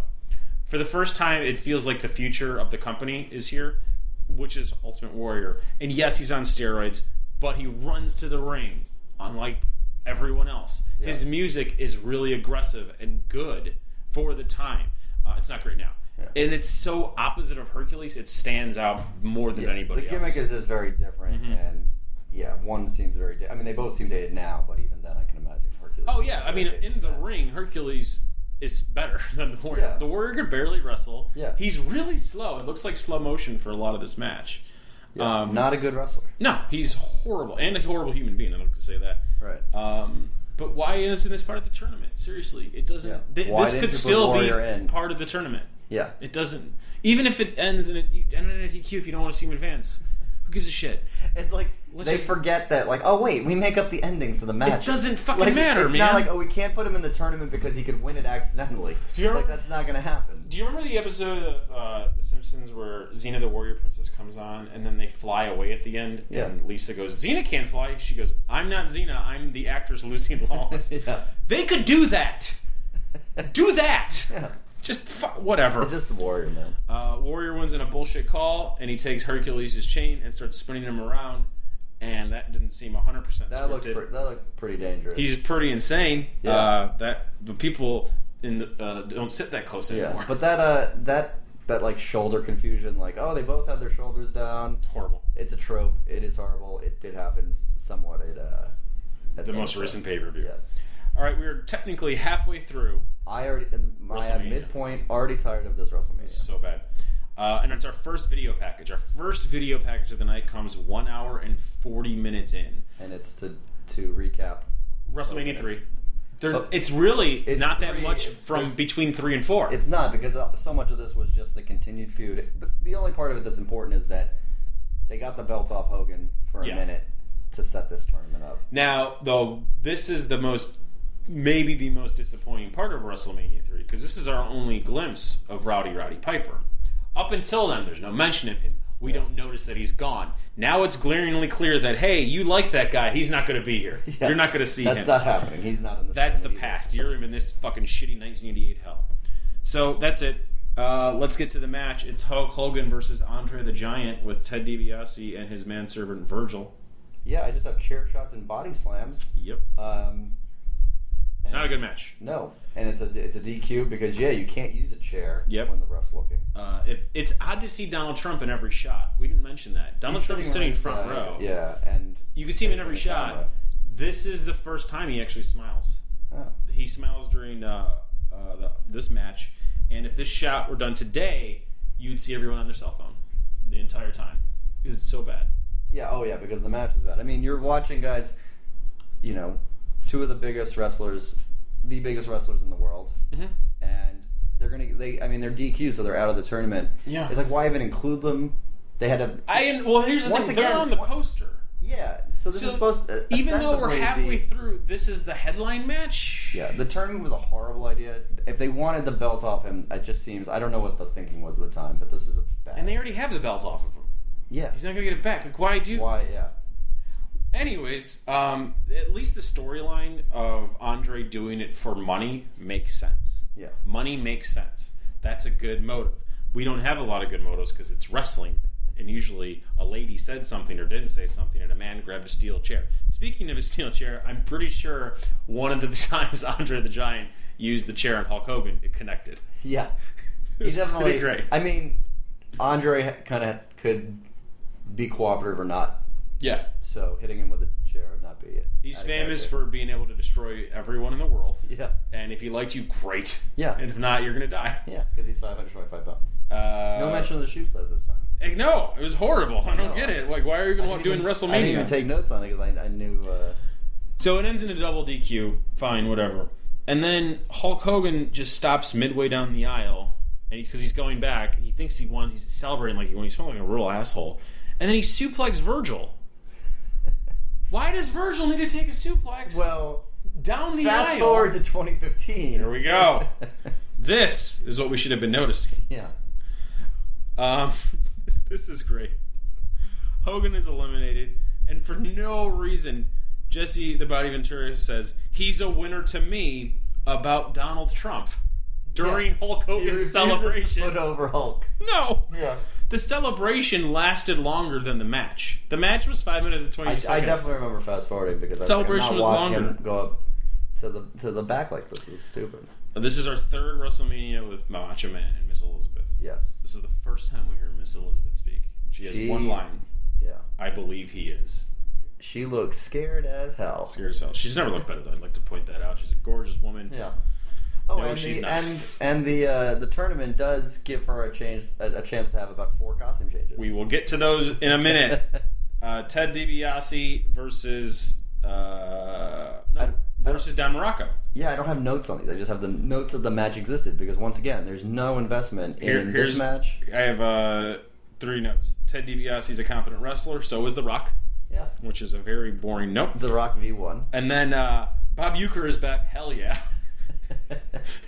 For the first time, it feels like the future of the company is here, which is Ultimate Warrior. And yes, he's on steroids, but he runs to the ring, unlike everyone else. His
Yeah.
music is really aggressive and good for the time. Uh, it's not great now.
Yeah.
And it's so opposite of Hercules, it stands out more than
Yeah,
anybody
The
else.
gimmick is just very different,
Mhm.
and yeah, one seems very. Di- I mean, they both seem dated now, but even then, I can imagine Hercules.
Oh
seemed
yeah, I
very
mean,
dated
in the
then.
ring, Hercules is better [laughs] than the Warrior.
Yeah.
The Warrior could barely wrestle.
Yeah.
he's really slow. It looks like slow motion for a lot of this match.
Yeah,
Um,
not a good wrestler.
no, he's horrible and a horrible human being. I'm not going to say that.
Right.
Um, but why isn't this part of the tournament? Seriously, it doesn't.
Yeah.
thi-
Why
this
didn't
could
you put
still be
Warrior in?
part of the tournament.
Yeah,
It doesn't. Even if it ends in a, you end in a DQ, if you don't want to see him advance, who gives a shit?
it's like
Let's
they
just-
forget that, like, oh wait, we make up the endings to the match.
doesn't fucking
like,
matter,
it's
man.
not like, oh, we can't put him in the tournament because he could win it accidentally.
Do you
like,
remember-
that's not gonna happen.
Do you [laughs] remember the episode of uh, The Simpsons where Xena the Warrior Princess comes on and then they fly away at the end?
Yeah.
And Lisa goes, Xena can't fly. She goes, I'm not Xena. I'm the actress
[laughs]
Lucy Lawless.
yeah.
They could do that. Do that.
[laughs] Yeah.
Just fu- whatever.
It's just the warrior, man.
Uh, Warrior wins in a bullshit call and he takes Hercules' chain and starts spinning him around. And that didn't seem 100% scripted.
That looked pre- that looked pretty dangerous.
He's pretty insane.
Yeah.
Uh, that the people in the, uh, don't sit that close anymore.
yeah, but that uh that that like shoulder confusion, like oh they both had their shoulders down.
[laughs] horrible.
It's a trope. It is horrible. It did happen somewhat at uh at
The
some
most
stuff.
recent pay per view.
Yes,
All right, we are technically halfway through.
I already in my uh,
WrestleMania.
midpoint already tired of this WrestleMania.
So bad. Uh, and it's our first video package. Our first video package of the night comes one hour and 40 minutes in.
and it's to to recap.
WrestleMania 3. There,
Oh.
it's really
It's
not that
three.
much
It's-
from
there's-
between 3 and 4.
It's not because uh, so much of this was just the continued feud. But the only part of it that's important is that they got the belts off Hogan for a
Yeah.
minute to set this tournament up.
Now, though, this is the most, maybe the most disappointing part of WrestleMania 3, because this is our only glimpse of Rowdy Rowdy Piper. Up until then, there's no mention of him. We don't notice that he's gone. Now it's glaringly clear that, hey, you like that guy. He's not going to be here.
Yeah.
You're not going to see
That's
him.
not happening. He's not in this.
That's the
tournament either.
past. You're in this fucking shitty 1988 hell. So that's it. Uh, let's get to the match. It's Hulk Hogan versus Andre the Giant with Ted DiBiase and his manservant Virgil.
Yeah, I just have chair shots and body slams.
Yep.
Um,
It's not a good match.
no, and it's a it's a DQ because yeah, you can't use a chair
Yep.
when the ref's looking.
Uh, if it's odd to see Donald Trump in every shot, we didn't mention that. Donald
He's
Trump's sitting
right
front
side.
row.
Yeah, and
You can see him in
facing
every
the
shot.
camera.
This is the first time he actually smiles.
Oh.
He smiles during uh, uh, the, this match, and if this shot were done today, you'd see everyone on their cell phone the entire time. It was so bad.
Yeah, oh yeah, because the match was bad. I mean, you're watching guys, you know, two of the biggest wrestlers, the biggest wrestlers in the world,
Mm-hmm.
and they're gonna they. I mean, they're DQ, so they're out of the tournament.
Yeah.
it's like why even include them? They had a
I and well, here's the
Once
thing:
again,
they're on the
what-
poster.
yeah. So this
So,
is supposed to,
Even though we're
ostensibly
halfway
be-
through, this is the headline match.
Yeah, the tournament was a horrible idea. If they wanted the belt off him, it just seems I don't know what the thinking was at the time, but this is a bad.
and they already have the belt off of him.
yeah,
He's not gonna get it back. Like, why do?
why? Yeah,
Anyways, um, at least the storyline of Andre doing it for money makes sense.
yeah.
Money makes sense. That's a good motive. We don't have a lot of good motives because it's wrestling, and usually a lady said something or didn't say something, and a man grabbed a steel chair. Speaking of a steel chair, I'm pretty sure one of the [laughs] times Andre the Giant used the chair on Hulk Hogan, it connected.
Yeah,
It
he's
was
definitely
pretty great.
I mean, Andre kind of could be cooperative or not.
yeah,
So hitting him with a chair would not be it.
he's
out of
famous
character.
for being able to destroy everyone in the world.
yeah,
And if he liked you, great.
Yeah.
And if not, you're gonna die.
yeah, because he's 525 pounds.
Uh,
No mention of the shoe size this time.
eh, No, it was horrible. I don't
No.
get it. Like, why are you even
I didn't
doing
even-
WrestleMania?
I didn't even take notes on it because I, I knew. Uh,
so it ends in a double DQ. Fine, whatever. And then Hulk Hogan just stops midway down the aisle, and because he's going back, he thinks he wants. He's celebrating like he won. He's smelling like a real asshole. And then he suplex Virgil. Why does Virgil need to take a suplex [laughs]
well,
down the
fast
aisle?
forward to 2015.
Here we
[laughs]
go. This is what we should have been noticing.
yeah.
Um, [laughs] this, this is great. Hogan is eliminated, and for no reason, Jesse the Body Ventura says he's a winner to me about Donald Trump during
Yeah.
Hulk
He
Hogan's
refuses to Put
celebration.
over Hulk.
No,
Yeah.
the celebration lasted longer than the match. The match was five minutes and twenty
I,
seconds.
I definitely remember fast forwarding because I
Celebration was
was, like, I'm not watching
longer.
him go up to the to the back like this. This is stupid.
Uh, This is our third WrestleMania with Macho Man and Miss Elizabeth.
Yes.
This is the first time we hear Miss Elizabeth speak. She has
She-
one line:
Yeah.
"I believe he is."
She looks scared as hell.
Scared as hell. She's never looked better though. I'd like to point that out. She's a gorgeous woman.
Yeah. Oh,
No,
and,
she's
the,
not.
and and the uh, the tournament does give her a change a, a chance to have about four costume changes.
We will get to those in a minute. uh, Ted DiBiase versus uh,
I-
no,
I-
versus Don Morocco.
[laughs] yeah, I don't have notes on these. I just have the notes of the match existed because once again, there's no investment
Here-
in
here's-
this match.
I have uh, three notes. Ted DiBiase is a competent wrestler. So is The Rock.
Yeah.
which is a very boring nope.
The Rock
[laughs]
V one. [laughs]
And then uh, Bob Euchre is back. Hell yeah.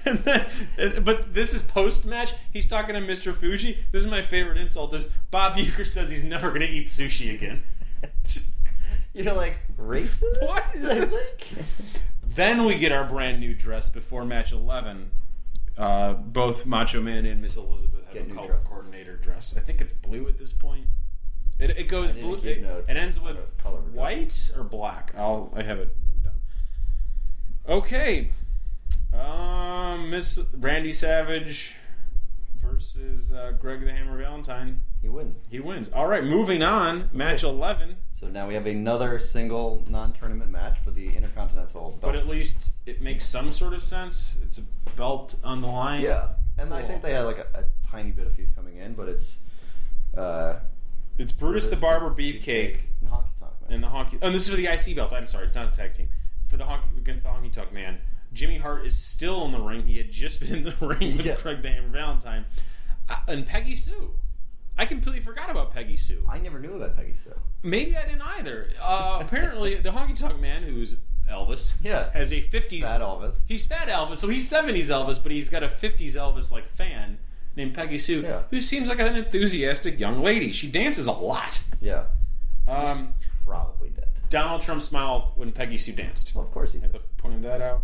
and then, and- but this is post match. He's talking to Mr. Fuji. This is my favorite insult. Is Bob Euchre says he's never going to eat sushi again. [laughs] Just-
You're like racist.
What
[laughs]
is
I
this?
think?
then we get our brand new dress before match eleven. Uh, both Macho Man and Miss Elizabeth have
Get
a
new
color
dresses.
coordinator dress. I think it's blue at this point. It, it goes
I didn't
blue.
keep
It,
notes
it ends with
of color
white
reductions.
or black. I'll I have it written down. Okay, um, Miss Randy Savage versus uh, Greg the Hammer Valentine.
He wins.
He wins. All right, moving on. Match
Okay.
eleven.
So now we have another single non-tournament match for the Intercontinental. Belt.
But at least it makes some sort of sense. It's a belt on the line.
yeah, and I think
Cool.
they had like a, a tiny bit of feud coming in, but it's uh,
It's Brutus the Barber Beefcake
and Honky Tonk Man.
and the Honky. Oh, this is for the IC belt. I'm sorry, it's not a tag team. For the honky against the Honky Tonk Man, Jimmy Hart is still in the ring. He had just [laughs] been in the ring with
Yeah.
Craig the Hammer Valentine uh, and Peggy Sue. I completely forgot about Peggy Sue.
I never knew about Peggy Sue.
Maybe I didn't either. Uh, apparently, the Honky Tonk Man, who's Elvis,
Yeah.
has a 50s
Fat Elvis.
He's fat Elvis, so he's seventies Elvis, but he's got a fifties Elvis like fan named Peggy Sue,
Yeah.
who seems like an enthusiastic young lady. She dances a lot.
Yeah,
Um,
probably dead.
Donald Trump smiled when Peggy Sue danced.
Well, of course he
I
did.
pointed that out.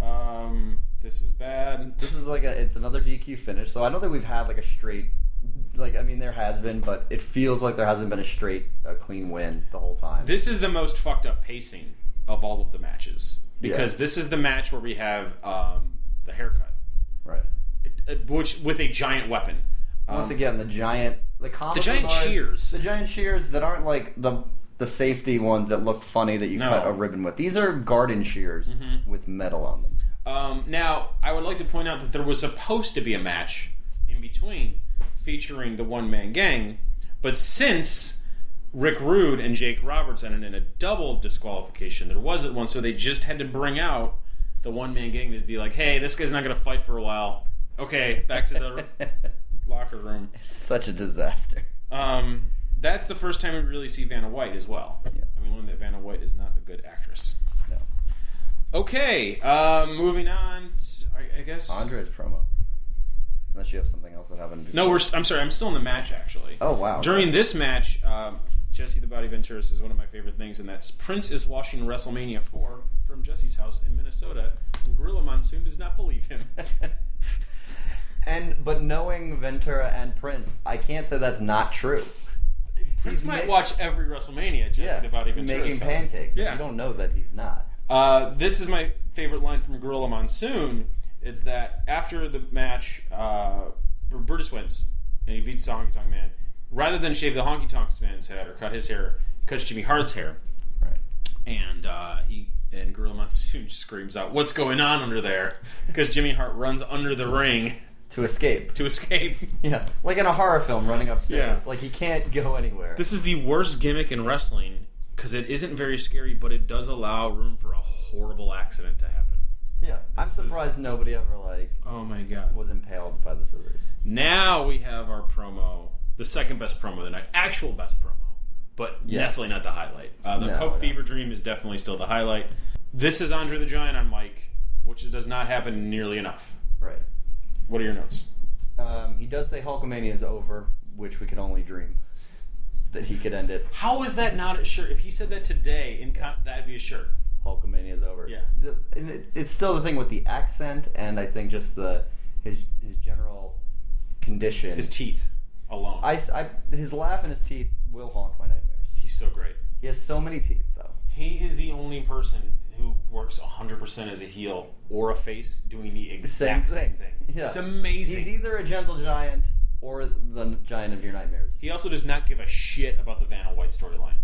Um, this is bad.
This is like a, it's another DQ finish. So I don't think we've had like a straight, like I mean there has been, but it feels like there hasn't been a straight, a clean win the whole time.
This is the most fucked up pacing of all of the matches because this is the match where we have um, the haircut,
right.
It- it- which with a giant weapon. Um,
Once again, the giant, the comic
The giant
cards-
shears.
the giant shears that aren't like the the safety ones that look funny that you
No. Mm-hmm.
cut a ribbon with. These are garden shears with metal on them.
Um, now, I would like to point out that there was supposed to be a match in between featuring the one man gang, but since Rick Rude and Jake Roberts ended in a double disqualification, there wasn't one, so they just had to bring out the one man gang to be like, hey, this guy's not going to fight for a while. Okay, back to
[laughs]
the locker room.
Such a disaster.
Um, that's the first time we really see Vanna White as well.
Yeah.
I mean, learned that Vanna White is not a good actress.
No.
Okay, um, moving on. I, I guess.
Andre's promo. Unless you have something else that happened. Before.
No, we're. I'm sorry. I'm still in the match actually.
Oh wow.
During this match, um, Jesse the Body Venturis is one of my favorite things, and that's Prince is watching WrestleMania 4 from Jesse's house in Minnesota, and Gorilla Monsoon does not believe
[laughs]
him.
[laughs] and but knowing Ventura and Prince, I can't say that's not true.
Prince
He's
might
ma-
watch every WrestleMania. Jesse the Body Venturis
making
house.
pancakes.
Yeah.
You don't know that he's not.
Uh, this is my favorite line from Gorilla Monsoon. Is that after the match, uh, Br- Brutus wins and he beats the Honky Tonk Man. Rather than shave the Honky Tonk Man's head or cut his hair, he cuts Jimmy Hart's hair,
Right.
and uh, he and Gorilla Monsoon screams out, "What's going on under there?" Because Jimmy Hart runs under the ring
To escape.
to escape. [laughs]
Yeah, like in a horror film, running upstairs.
Yeah.
Like he can't go anywhere.
This is the worst gimmick in wrestling because it isn't very scary, but it does allow room for a horrible accident to happen.
yeah, I'm
this is-
surprised nobody ever like
Oh my god.
was impaled by the scissors.
Now we have our promo, the second best promo of the night, actual best promo, but
Yes.
definitely not the highlight. Uh, the
No,
Coke
no.
Fever Dream is definitely still the highlight. This is Andre the Giant on Mike, which is- does not happen nearly enough.
Right.
What are your notes?
Um, he does say Hulkamania is over, which we could only dream that he could end it.
How is that not a shirt? If he said that today, in con- that'd be a shirt.
Hulkamania is over.
Yeah.
The, and it, it's still the thing with the accent, and I think just the his his general condition.
His teeth alone.
I s I his laugh and his teeth will haunt my nightmares.
He's so great.
He has so many teeth though.
He is the only person who works 100% as a heel or a face doing the exact same, thing.
Yeah.
It's amazing.
He's e- either a gentle giant or the giant of your nightmares.
He also does not give a shit about the Vanna White storyline.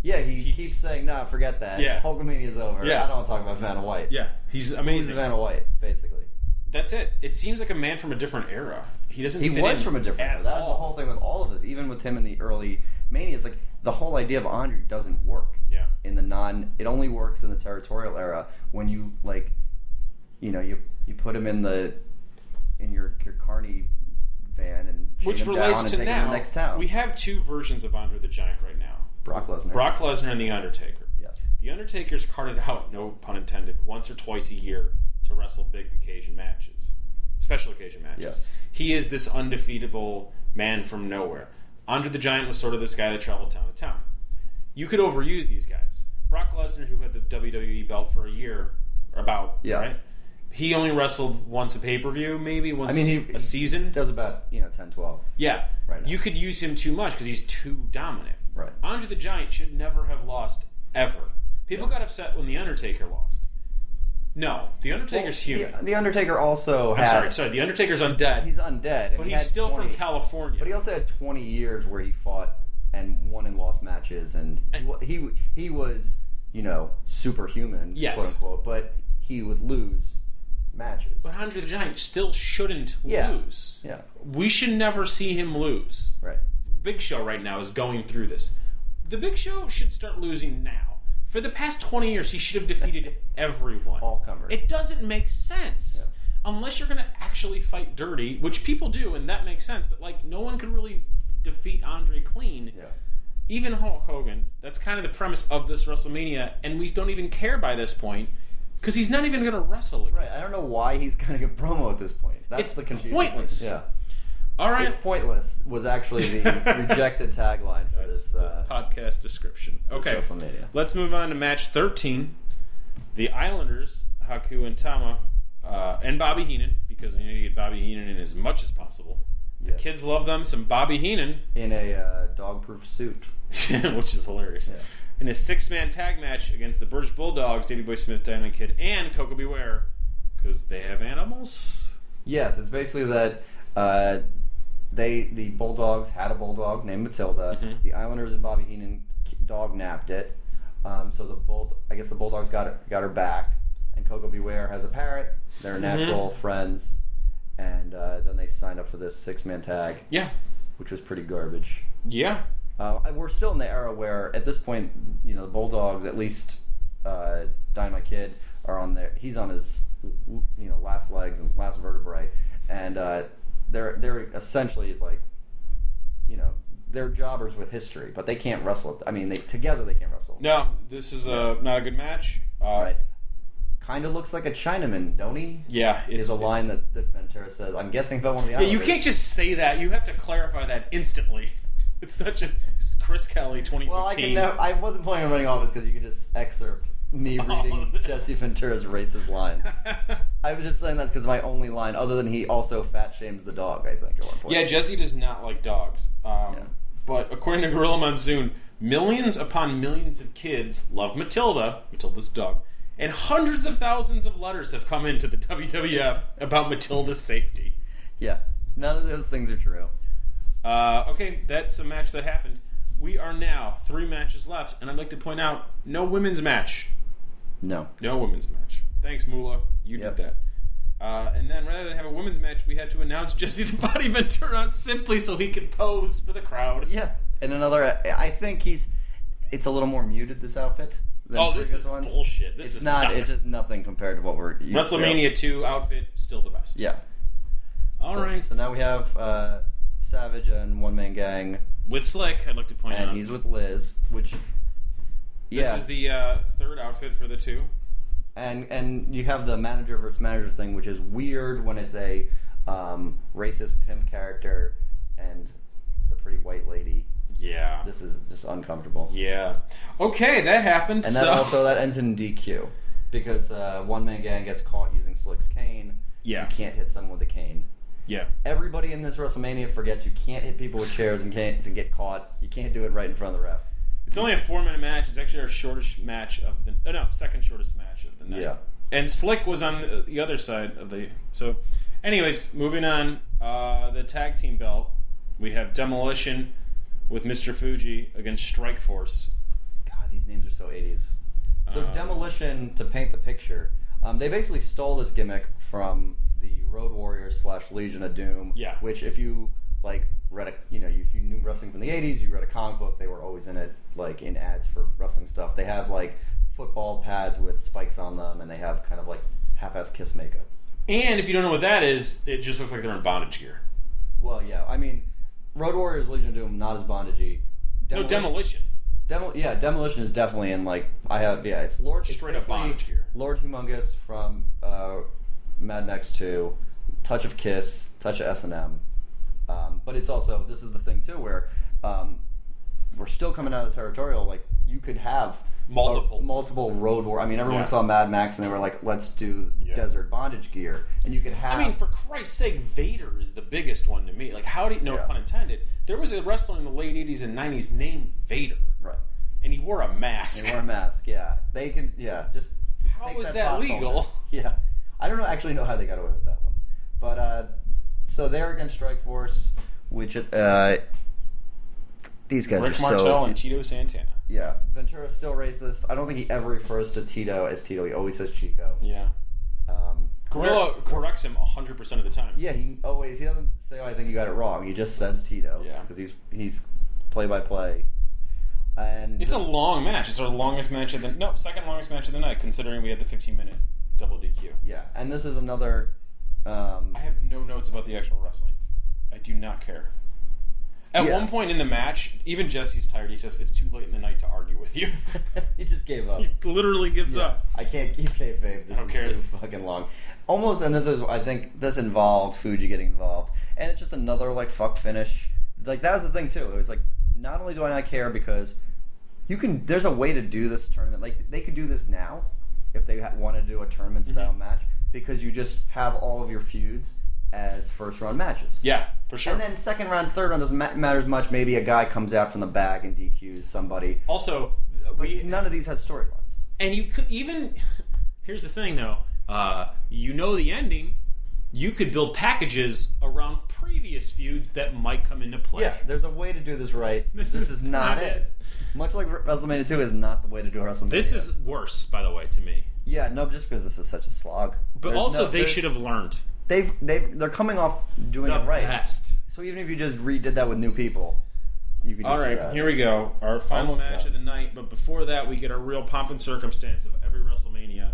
yeah, he,
he-
keeps saying, "Nah, forget that.
Yeah.
Hulkamania is over.
Yeah.
I don't want to talk about Vanna White.
Yeah, he's
he's
amazing.
Vanna White, basically.
That's it. It seems like a man from a different era. He doesn't.
He
fit
was
in
from a different.
at
era. That was the
all.
whole thing with all of this, even with him in the early Mania. It's like the whole idea of Andre doesn't work
Yeah,
in the non. It only works in the territorial era when you like, you know, you you put him in the in your your carny van and chain
which
him down
relates
and
to
take him
now.
the next town.
We have two versions of Andre the Giant right now.
Brock Lesnar.
Brock Lesnar and The Undertaker.
Yes.
The Undertaker's carted out, no pun intended, once or twice a year to wrestle big occasion matches, special occasion matches.
Yes.
He is this undefeatable man from nowhere. Andre the Giant was sort of this guy that traveled town to town. You could overuse these guys. Brock Lesnar, who had the WWE belt for a year, about
Yeah.
right. He only wrestled once a pay per view, maybe once
I mean, he-
a season.
Does about you know 10, 12.
Yeah,
Right now.
you could use him too much because he's too dominant.
Right.
Andre the Giant should never have lost ever. People got upset when the Undertaker lost. No, the Undertaker's human.
The, the Undertaker also
I'm
had.
sorry, sorry. The Undertaker's undead,
He's undead, and
but
he
he's
had
still
20
from California.
But he also had 20 years where he fought and won and lost matches, and he wa- he he was you know superhuman,
Yes.
quote unquote. But he would lose matches.
but Andre the Giant still shouldn't
Yeah.
lose.
yeah,
We should never see him lose.
right.
Big Show right now is going through this. The Big Show should start losing now. For the past 20 years, he should have defeated everyone.
All comers.
It doesn't make sense. Unless you're going to actually fight dirty, which people do, and that makes sense, but like no one could really defeat Andre clean.
yeah,
Even Hulk Hogan. That's kind of the premise of this WrestleMania, and we don't even care by this point because he's not even going to wrestle again.
right. I don't know why he's cutting a promo at this point. That's
It's
the confusing.
pointless.
Thing. Yeah,
All right.
it's pointless. Was
[laughs]
actually the rejected tagline for
That's
this.
the
Uh,
podcast description. Okay.
WrestleMania.
Let's move on to match 13. The Islanders, Haku and Tama, uh, and Bobby Heenan, because we need to get Bobby Heenan in as much as possible.
yeah.
Kids love them some Bobby Heenan,
in a uh, dog-proof suit.
[laughs] which is hilarious.
Yeah.
In a six man tag match against the British Bulldogs, Davey Boy Smith, Diamond Kid, and Coco Beware, because they have animals.
Yes, it's basically that uh, they the Bulldogs had a bulldog named Matilda.
Mhm.
The Islanders and Bobby Heenan k- dog napped it. Um, so the bull, I guess the Bulldogs got it, got her back, and Coco Beware has a parrot. They're natural friends, and uh, then they signed up for this six man tag,
Yeah.
which was pretty garbage.
Yeah.
Uh, we're still in the era where, at this point, you know, the Bulldogs, at least uh, Dynamite Kid, are on their. He's on his, you know, last legs and last vertebrae, and uh, they're they're essentially like, you know, they're jobbers with history, but they can't wrestle. I mean, they together they can't wrestle.
No, this is uh, not a good match. Uh,
Right. Kind of looks like a Chinaman, don't he?
Yeah. It's
Is a line that, that Ventura says. I'm guessing about one of the
Yeah, you
Islanders.
can't just say that. You have to clarify that instantly. [laughs] It's not just Chris Kelly 2015.
Well, I can. Never, I wasn't planning on running office because you could just excerpt me
Oh. [laughs]
reading Jesse Ventura's racist line. I was just saying that's because my only line, other than he also fat shames the dog. I think at one point.
yeah, Jesse does not like dogs. Um,
Yeah.
But according to Gorilla Monsoon, millions upon millions of kids love Matilda, Matilda's dog, and hundreds of thousands of letters have come into the WWF about Matilda's safety.
yeah. None of those things are true.
Uh, okay, that's a match that happened. We are now three matches left, and I'd like to point out no women's match
No.
No women's match. Thanks, Mula. You
Yep.
did that. Uh, and then rather than have a women's match, we had to announce Jesse the Body Ventura simply so he could pose for the crowd.
Yeah. And another, I think he's. It's a little more muted this outfit. Than
oh, this
previous
is
ones.
bullshit. This
It's
is
not. It's just nothing compared to what we're used
WrestleMania
To.
2 outfit, still the best.
Yeah.
All
so,
right.
So now we have uh, Savage and One Man Gang,
With Slick, I'd like to point
and
out.
he's with Liz, which.
Uh-huh. this
Yeah.
is the uh, third outfit for the two.
and and you have the manager versus manager thing, which is weird when it's a um, racist pimp character and the pretty white lady.
Yeah.
This is just uncomfortable.
Yeah. Okay, that happened.
And that
so.
also that ends in DQ because uh, one man gang gets caught using Slick's cane.
Yeah.
You can't hit someone with a cane.
Yeah.
Everybody in this WrestleMania forgets you can't hit people with chairs and canes and get caught. You can't do it right in front of the ref.
It's only a four minute match. It's actually our shortest match of the oh, no second shortest match of the night.
Yeah.
And Slick was on the- the other side of the so. Anyways, moving on. Uh, the tag team belt. We have Demolition with Mr. Fuji against Strike Force.
God, these names are so 80s. So
Um,
demolition to paint the picture. Um, they basically stole this gimmick from the Road Warriors slash Legion of Doom.
Yeah.
Which, if you like read a, you know, if you knew wrestling from the 80s, you read a comic book. They were always in it, like in ads for wrestling stuff. They have like football pads with spikes on them, and they have kind of like half-ass kiss makeup.
And if you don't know what that is, it just looks like they're in bondage gear.
Well, yeah. I mean, Road Warriors Legion of Doom not as bondagey.
No demolition.
Demo- yeah, demolition is definitely in like I have. Yeah, it's Lord. it's
Straight up
basically
bondage gear.
Lord Humongous from uh, Mad Max Two, touch of Kiss, touch of S and M. Um, but it's also this is the thing too where um, we're still coming out of the territorial. Like you could have a-
Multiples.
multiple road war. I mean, everyone
Yeah.
saw Mad Max and they were like, "Let's do
Yeah.
desert bondage gear," and you could have.
I mean, for Christ's sake, Vader is the biggest one to me. Like, how do you, no
Yeah.
pun intended, there was a wrestler in the late 80s and 90s named Vader,
right,
and he wore a mask.
they wear a mask. Yeah, they can. Yeah, just.
How
take
is that
pop
legal?
culture. [laughs] Yeah, I don't know. Actually, know how they got away with that one, but uh, so they're against Strike Force, which uh, these guys
Rick
are
Martel
so
and Tito Santana.
yeah. Ventura's still racist. I don't think he ever refers to Tito as Tito. He always says Chico.
Yeah.
Um,
Gorilla corrects him 100% of the time.
Yeah, he always he doesn't say oh, I think you got it wrong. He just says Tito.
Yeah.
because he's he's play by play, and
It's a long match. It's our longest match of the no second longest match of the night, considering we had the 15 minute double DQ.
yeah, and this is another. Um,
I have no notes about the actual wrestling. I do not care. At
Yeah.
one point in the match, even Jesse's tired. He says, "It's too late in the night to argue with you."
[laughs] he just gave
[laughs]
up.
he literally gives
Yeah.
up.
I can't keep kayfabe. This
don't
is
care.
too fucking long. Almost, and this is I think this involved Fuji getting involved, and it's just another like fuck finish. Like that was the thing too. It was like not only do I not care because you can. There's a way to do this tournament. Like they could do this now if they ha- want to do a tournament
Mm-hmm.
style match because you just have all of your feuds as first round matches.
Yeah, for sure.
And then second round, third round doesn't ma- matter as much. Maybe a guy comes out from the back and DQs somebody.
also,
But
we
none of these have storylines.
and you could even [laughs] here's the thing though uh, you know the ending you could build packages around previous feuds that might come into play
Yeah, there's a way to do this right. This,
[laughs] This
is,
is
not
not
it. Much like WrestleMania 2 is not the way to do WrestleMania.
this is worse by the way to me
yeah, no, just because this is such a slog.
but also they should have learned
They've they've they're coming off doing
the
it right.
best
So even if you just redid that with new people, you could. Just
all
do
right
that.
here we go our final
Almost
match
done.
of the night but before that we get our real pomp and circumstance of every wrestlemania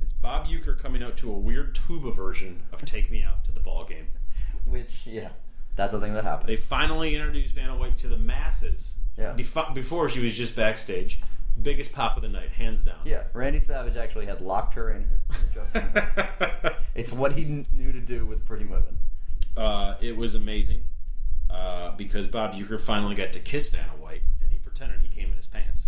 it's bob euchre coming out to a weird tuba version of take me out to the ball game
Which yeah, that's the thing that happened.
They finally introduced Vanna White to the masses.
Yeah.
Bef- before she was just backstage. Biggest pop of the night, hands down.
yeah, Randy Savage actually had locked her in her her dressing room. It's what he kn- knew to do with pretty women.
[laughs] uh, it was amazing uh, because Bob Euchre finally got to kiss Vanna White, and he pretended he came in his pants,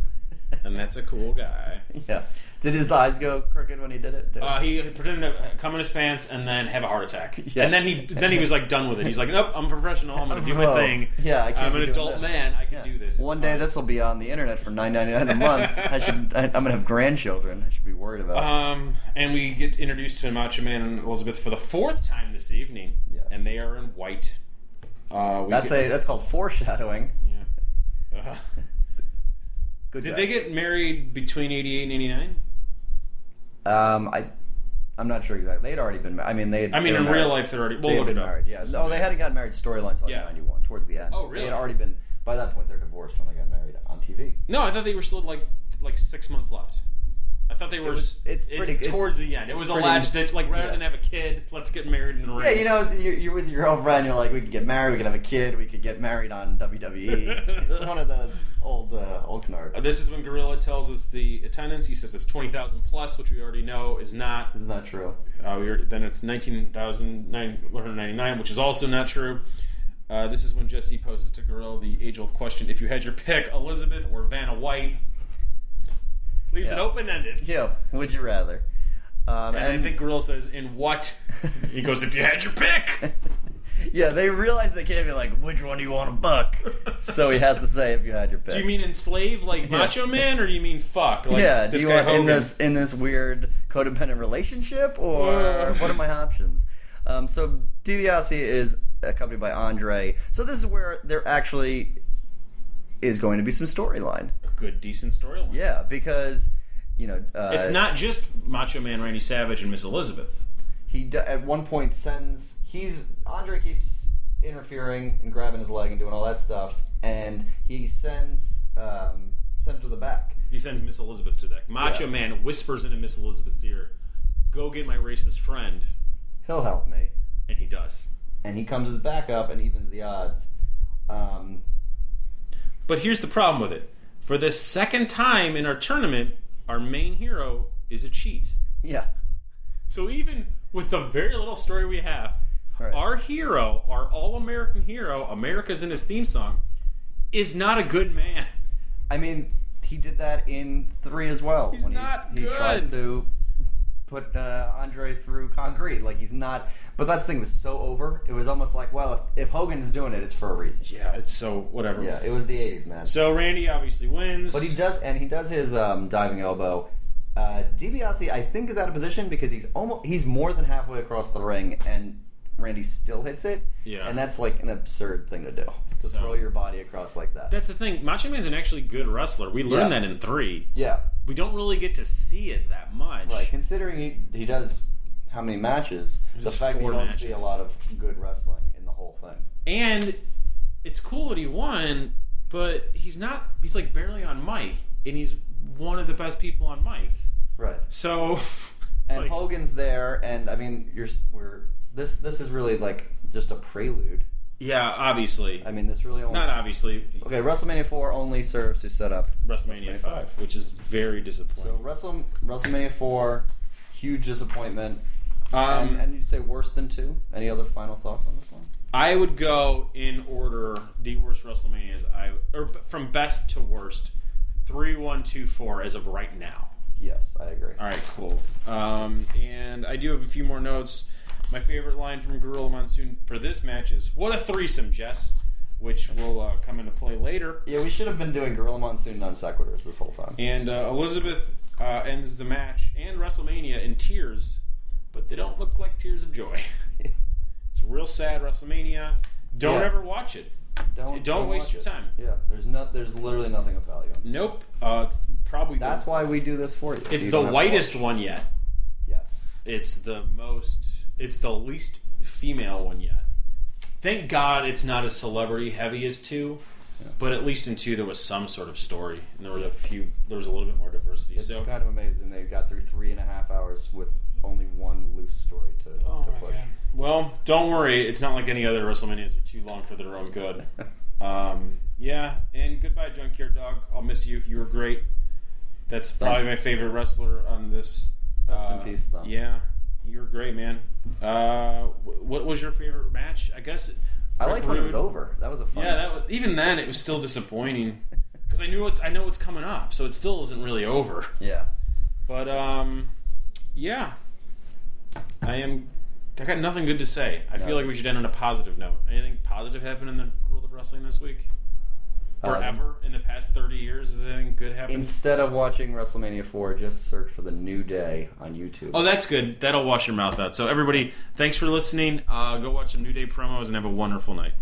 and that's a cool guy.
[laughs] Yeah. Did his eyes go crooked when he did it? Did
Uh, he pretended to come in his pants and then have a heart
[laughs]
attack,
Yeah.
and then he then he was like done with it. He's like, "Nope, I'm a professional. I'm gonna do my
Bro.
thing.
Yeah, I can't
I'm
be
an
doing
adult
this."
man. I can
Yeah.
do this. It's
One day
fine."
this will be on the internet for nine ninety nine
[laughs]
a month. I should. I, I'm gonna have grandchildren. I should be worried about. it.
Um, and we get introduced to Macho Man and Elizabeth for the fourth time this evening,
Yes.
and they are in white. Uh, we
That's
get-
a. That's called foreshadowing.
Yeah. Uh,
Good.
did they
guess.
get married between '88 and '89?
Um. I. I'm not sure exactly. They'd already been. ma- I mean, they.
I mean,
they were
in
married.
real life, they're already. We'll
they had
look
been
it up.
married. Yeah. No, they hadn't gotten married storyline until like
Yeah.
ninety one, towards the end.
Oh, really?
They had already been. By that point, they're divorced when they got married on TV.
No, I thought they were still like like six months left. I thought they were. s-
was- it's
it's,
pretty- it's-
towards the end. It was a
pretty-
last ditch. Like rather
yeah.
than have a kid, let's get married in the ring.
Yeah, you know, you're, you're with your girlfriend. You're like, we could get married. We could have a kid. We could get married
[laughs]
on WWE. it's one of those old uh, old canards.
Uh, This is when Gorilla tells us the attendance. He says it's twenty thousand plus, which we already know is not.
Isn't that true?
Uh, we were, then it's 19,199, which is also not true. Uh, this is when Jesse poses to Gorilla the age old question if you had your pick, Elizabeth or Vanna White. Leaves it
Yeah.
open ended.
Yeah. Would you rather? Um,
And, I think Gorilla says, in
[laughs]
what? he goes, if you had your pick.
yeah, they realize they can't be like, which one do you want to buck? so he has to say if you had your pick.
Do you mean enslave like Macho Man, or do you mean fuck? Like
yeah, do
this
you
guy
want in
Hogan?
this in this weird codependent relationship, or
Or-
what are my options? Um, so DiBiase is accompanied by Andre. So this is where there actually is going to be some storyline.
A good, decent storyline.
Yeah, because you know uh,
It's not just Macho Man, Randy Savage, and Miss Elizabeth.
he d- at one point sends he's Andre keeps interfering and grabbing his leg and doing all that stuff, and he sends um, sends him to the back.
He sends Miss Elizabeth to that. Macho
Yeah.
Man whispers into Miss Elizabeth's ear, "Go get my racist friend,"
He'll help me,
and he does.
and he comes his back up and evens the odds. Um,
But here's the problem with it: For the second time in our tournament, our main hero is a cheat.
Yeah.
So even with the very little story we have,
Right.
our hero, our all-American hero, America's in his theme song, is not a good man.
I mean, he did that in three as well.
He's not
He
good.
tries to put uh, Andre through concrete. Like he's not. But that thing was so over. It was almost like, well, if, if Hogan's doing it, it's for a reason.
Yeah, it's so whatever.
Yeah, it was the '80s, man.
So Randy obviously wins.
But he does, and he does his um, diving elbow. Uh, DiBiase, I think, is out of position because he's almost he's more than halfway across the ring, and Randy still hits it.
Yeah.
and that's like an absurd thing to do to
So-
throw your body across like that.
That's the thing. Macho Man's an actually good wrestler. We learned
Yeah.
that in three.
yeah,
We don't really get to see it that much.
like considering he, he does how many matches, the
Just
fact that you
four
don't see a
matches.
lot of good wrestling in the whole thing.
and it's cool that he won, but he's not. He's like barely on mic, and he's one of the best people on mic.
Right.
So, [laughs] it's
and
like-
Hogan's there, and I mean, you're s- we're this this is really like just a prelude.
yeah, obviously,
I mean, this really only
not obviously.
Okay, WrestleMania 4 only serves to set up
WrestleMania five, which is very
So
disappointing.
Wrestle, WrestleMania 4, huge disappointment.
um,
and, and you'd say worse than 2? Any other final thoughts on this one?
I would go in order the worst WrestleManias I or b- from best to worst, three, one, two, four as of right now.
Yes, I agree.
All right, cool. Um, and I do have a few more notes. My favorite line from Gorilla Monsoon for this match is "What a threesome, Jess," which will uh, come into play later.
Yeah, we should have been doing Gorilla Monsoon non sequiturs this whole time.
And uh, Elizabeth uh, ends the match and WrestleMania in tears, but they don't look like tears of joy. [laughs] It's a real sad WrestleMania. Don't
Yeah.
ever watch it.
don't,
Don't waste
watch
your
it.
time.
Yeah, there's no, there's literally nothing of value. on this.
Nope. Uh, it's probably the-
That's why we do this for you. so
it's
you
the
don't have to
whitest
watch.
one yet.
Yes.
It's the most. It's the least female one yet. Thank God it's not as celebrity heavy as two, but at least in two there was some sort of story and there was a few. There was a little bit more diversity.
It's
so
kind of amazing they got through three and a half hours with only one loose story to, to push.
Oh Well, don't worry. It's not like any other WrestleManias are too long for their own good. Um, yeah, and goodbye, Junkyard Dog. I'll miss you. You were great. That's probably my favorite wrestler on this.
Rest in
uh,
peace, Thumb.
Yeah, you were great, man. Uh, wh- what was your favorite match? I guess.
[laughs] I liked when it was
Rude-
over. That was a fun
Yeah, that was, even then it was still disappointing because I knew what's I know what's coming up, so it still isn't really over.
Yeah.
But um, yeah, I am. I got nothing good to say. I
No.
feel like we should end on a positive note. Anything positive happen in the world of wrestling this week, or
Um,
ever in the past thirty years? Has anything good happened?
Instead of watching WrestleMania 4, just search for The New Day on YouTube.
oh, that's good. That'll wash your mouth out. So everybody, thanks for listening. Uh, go watch some New Day promos and have a wonderful night.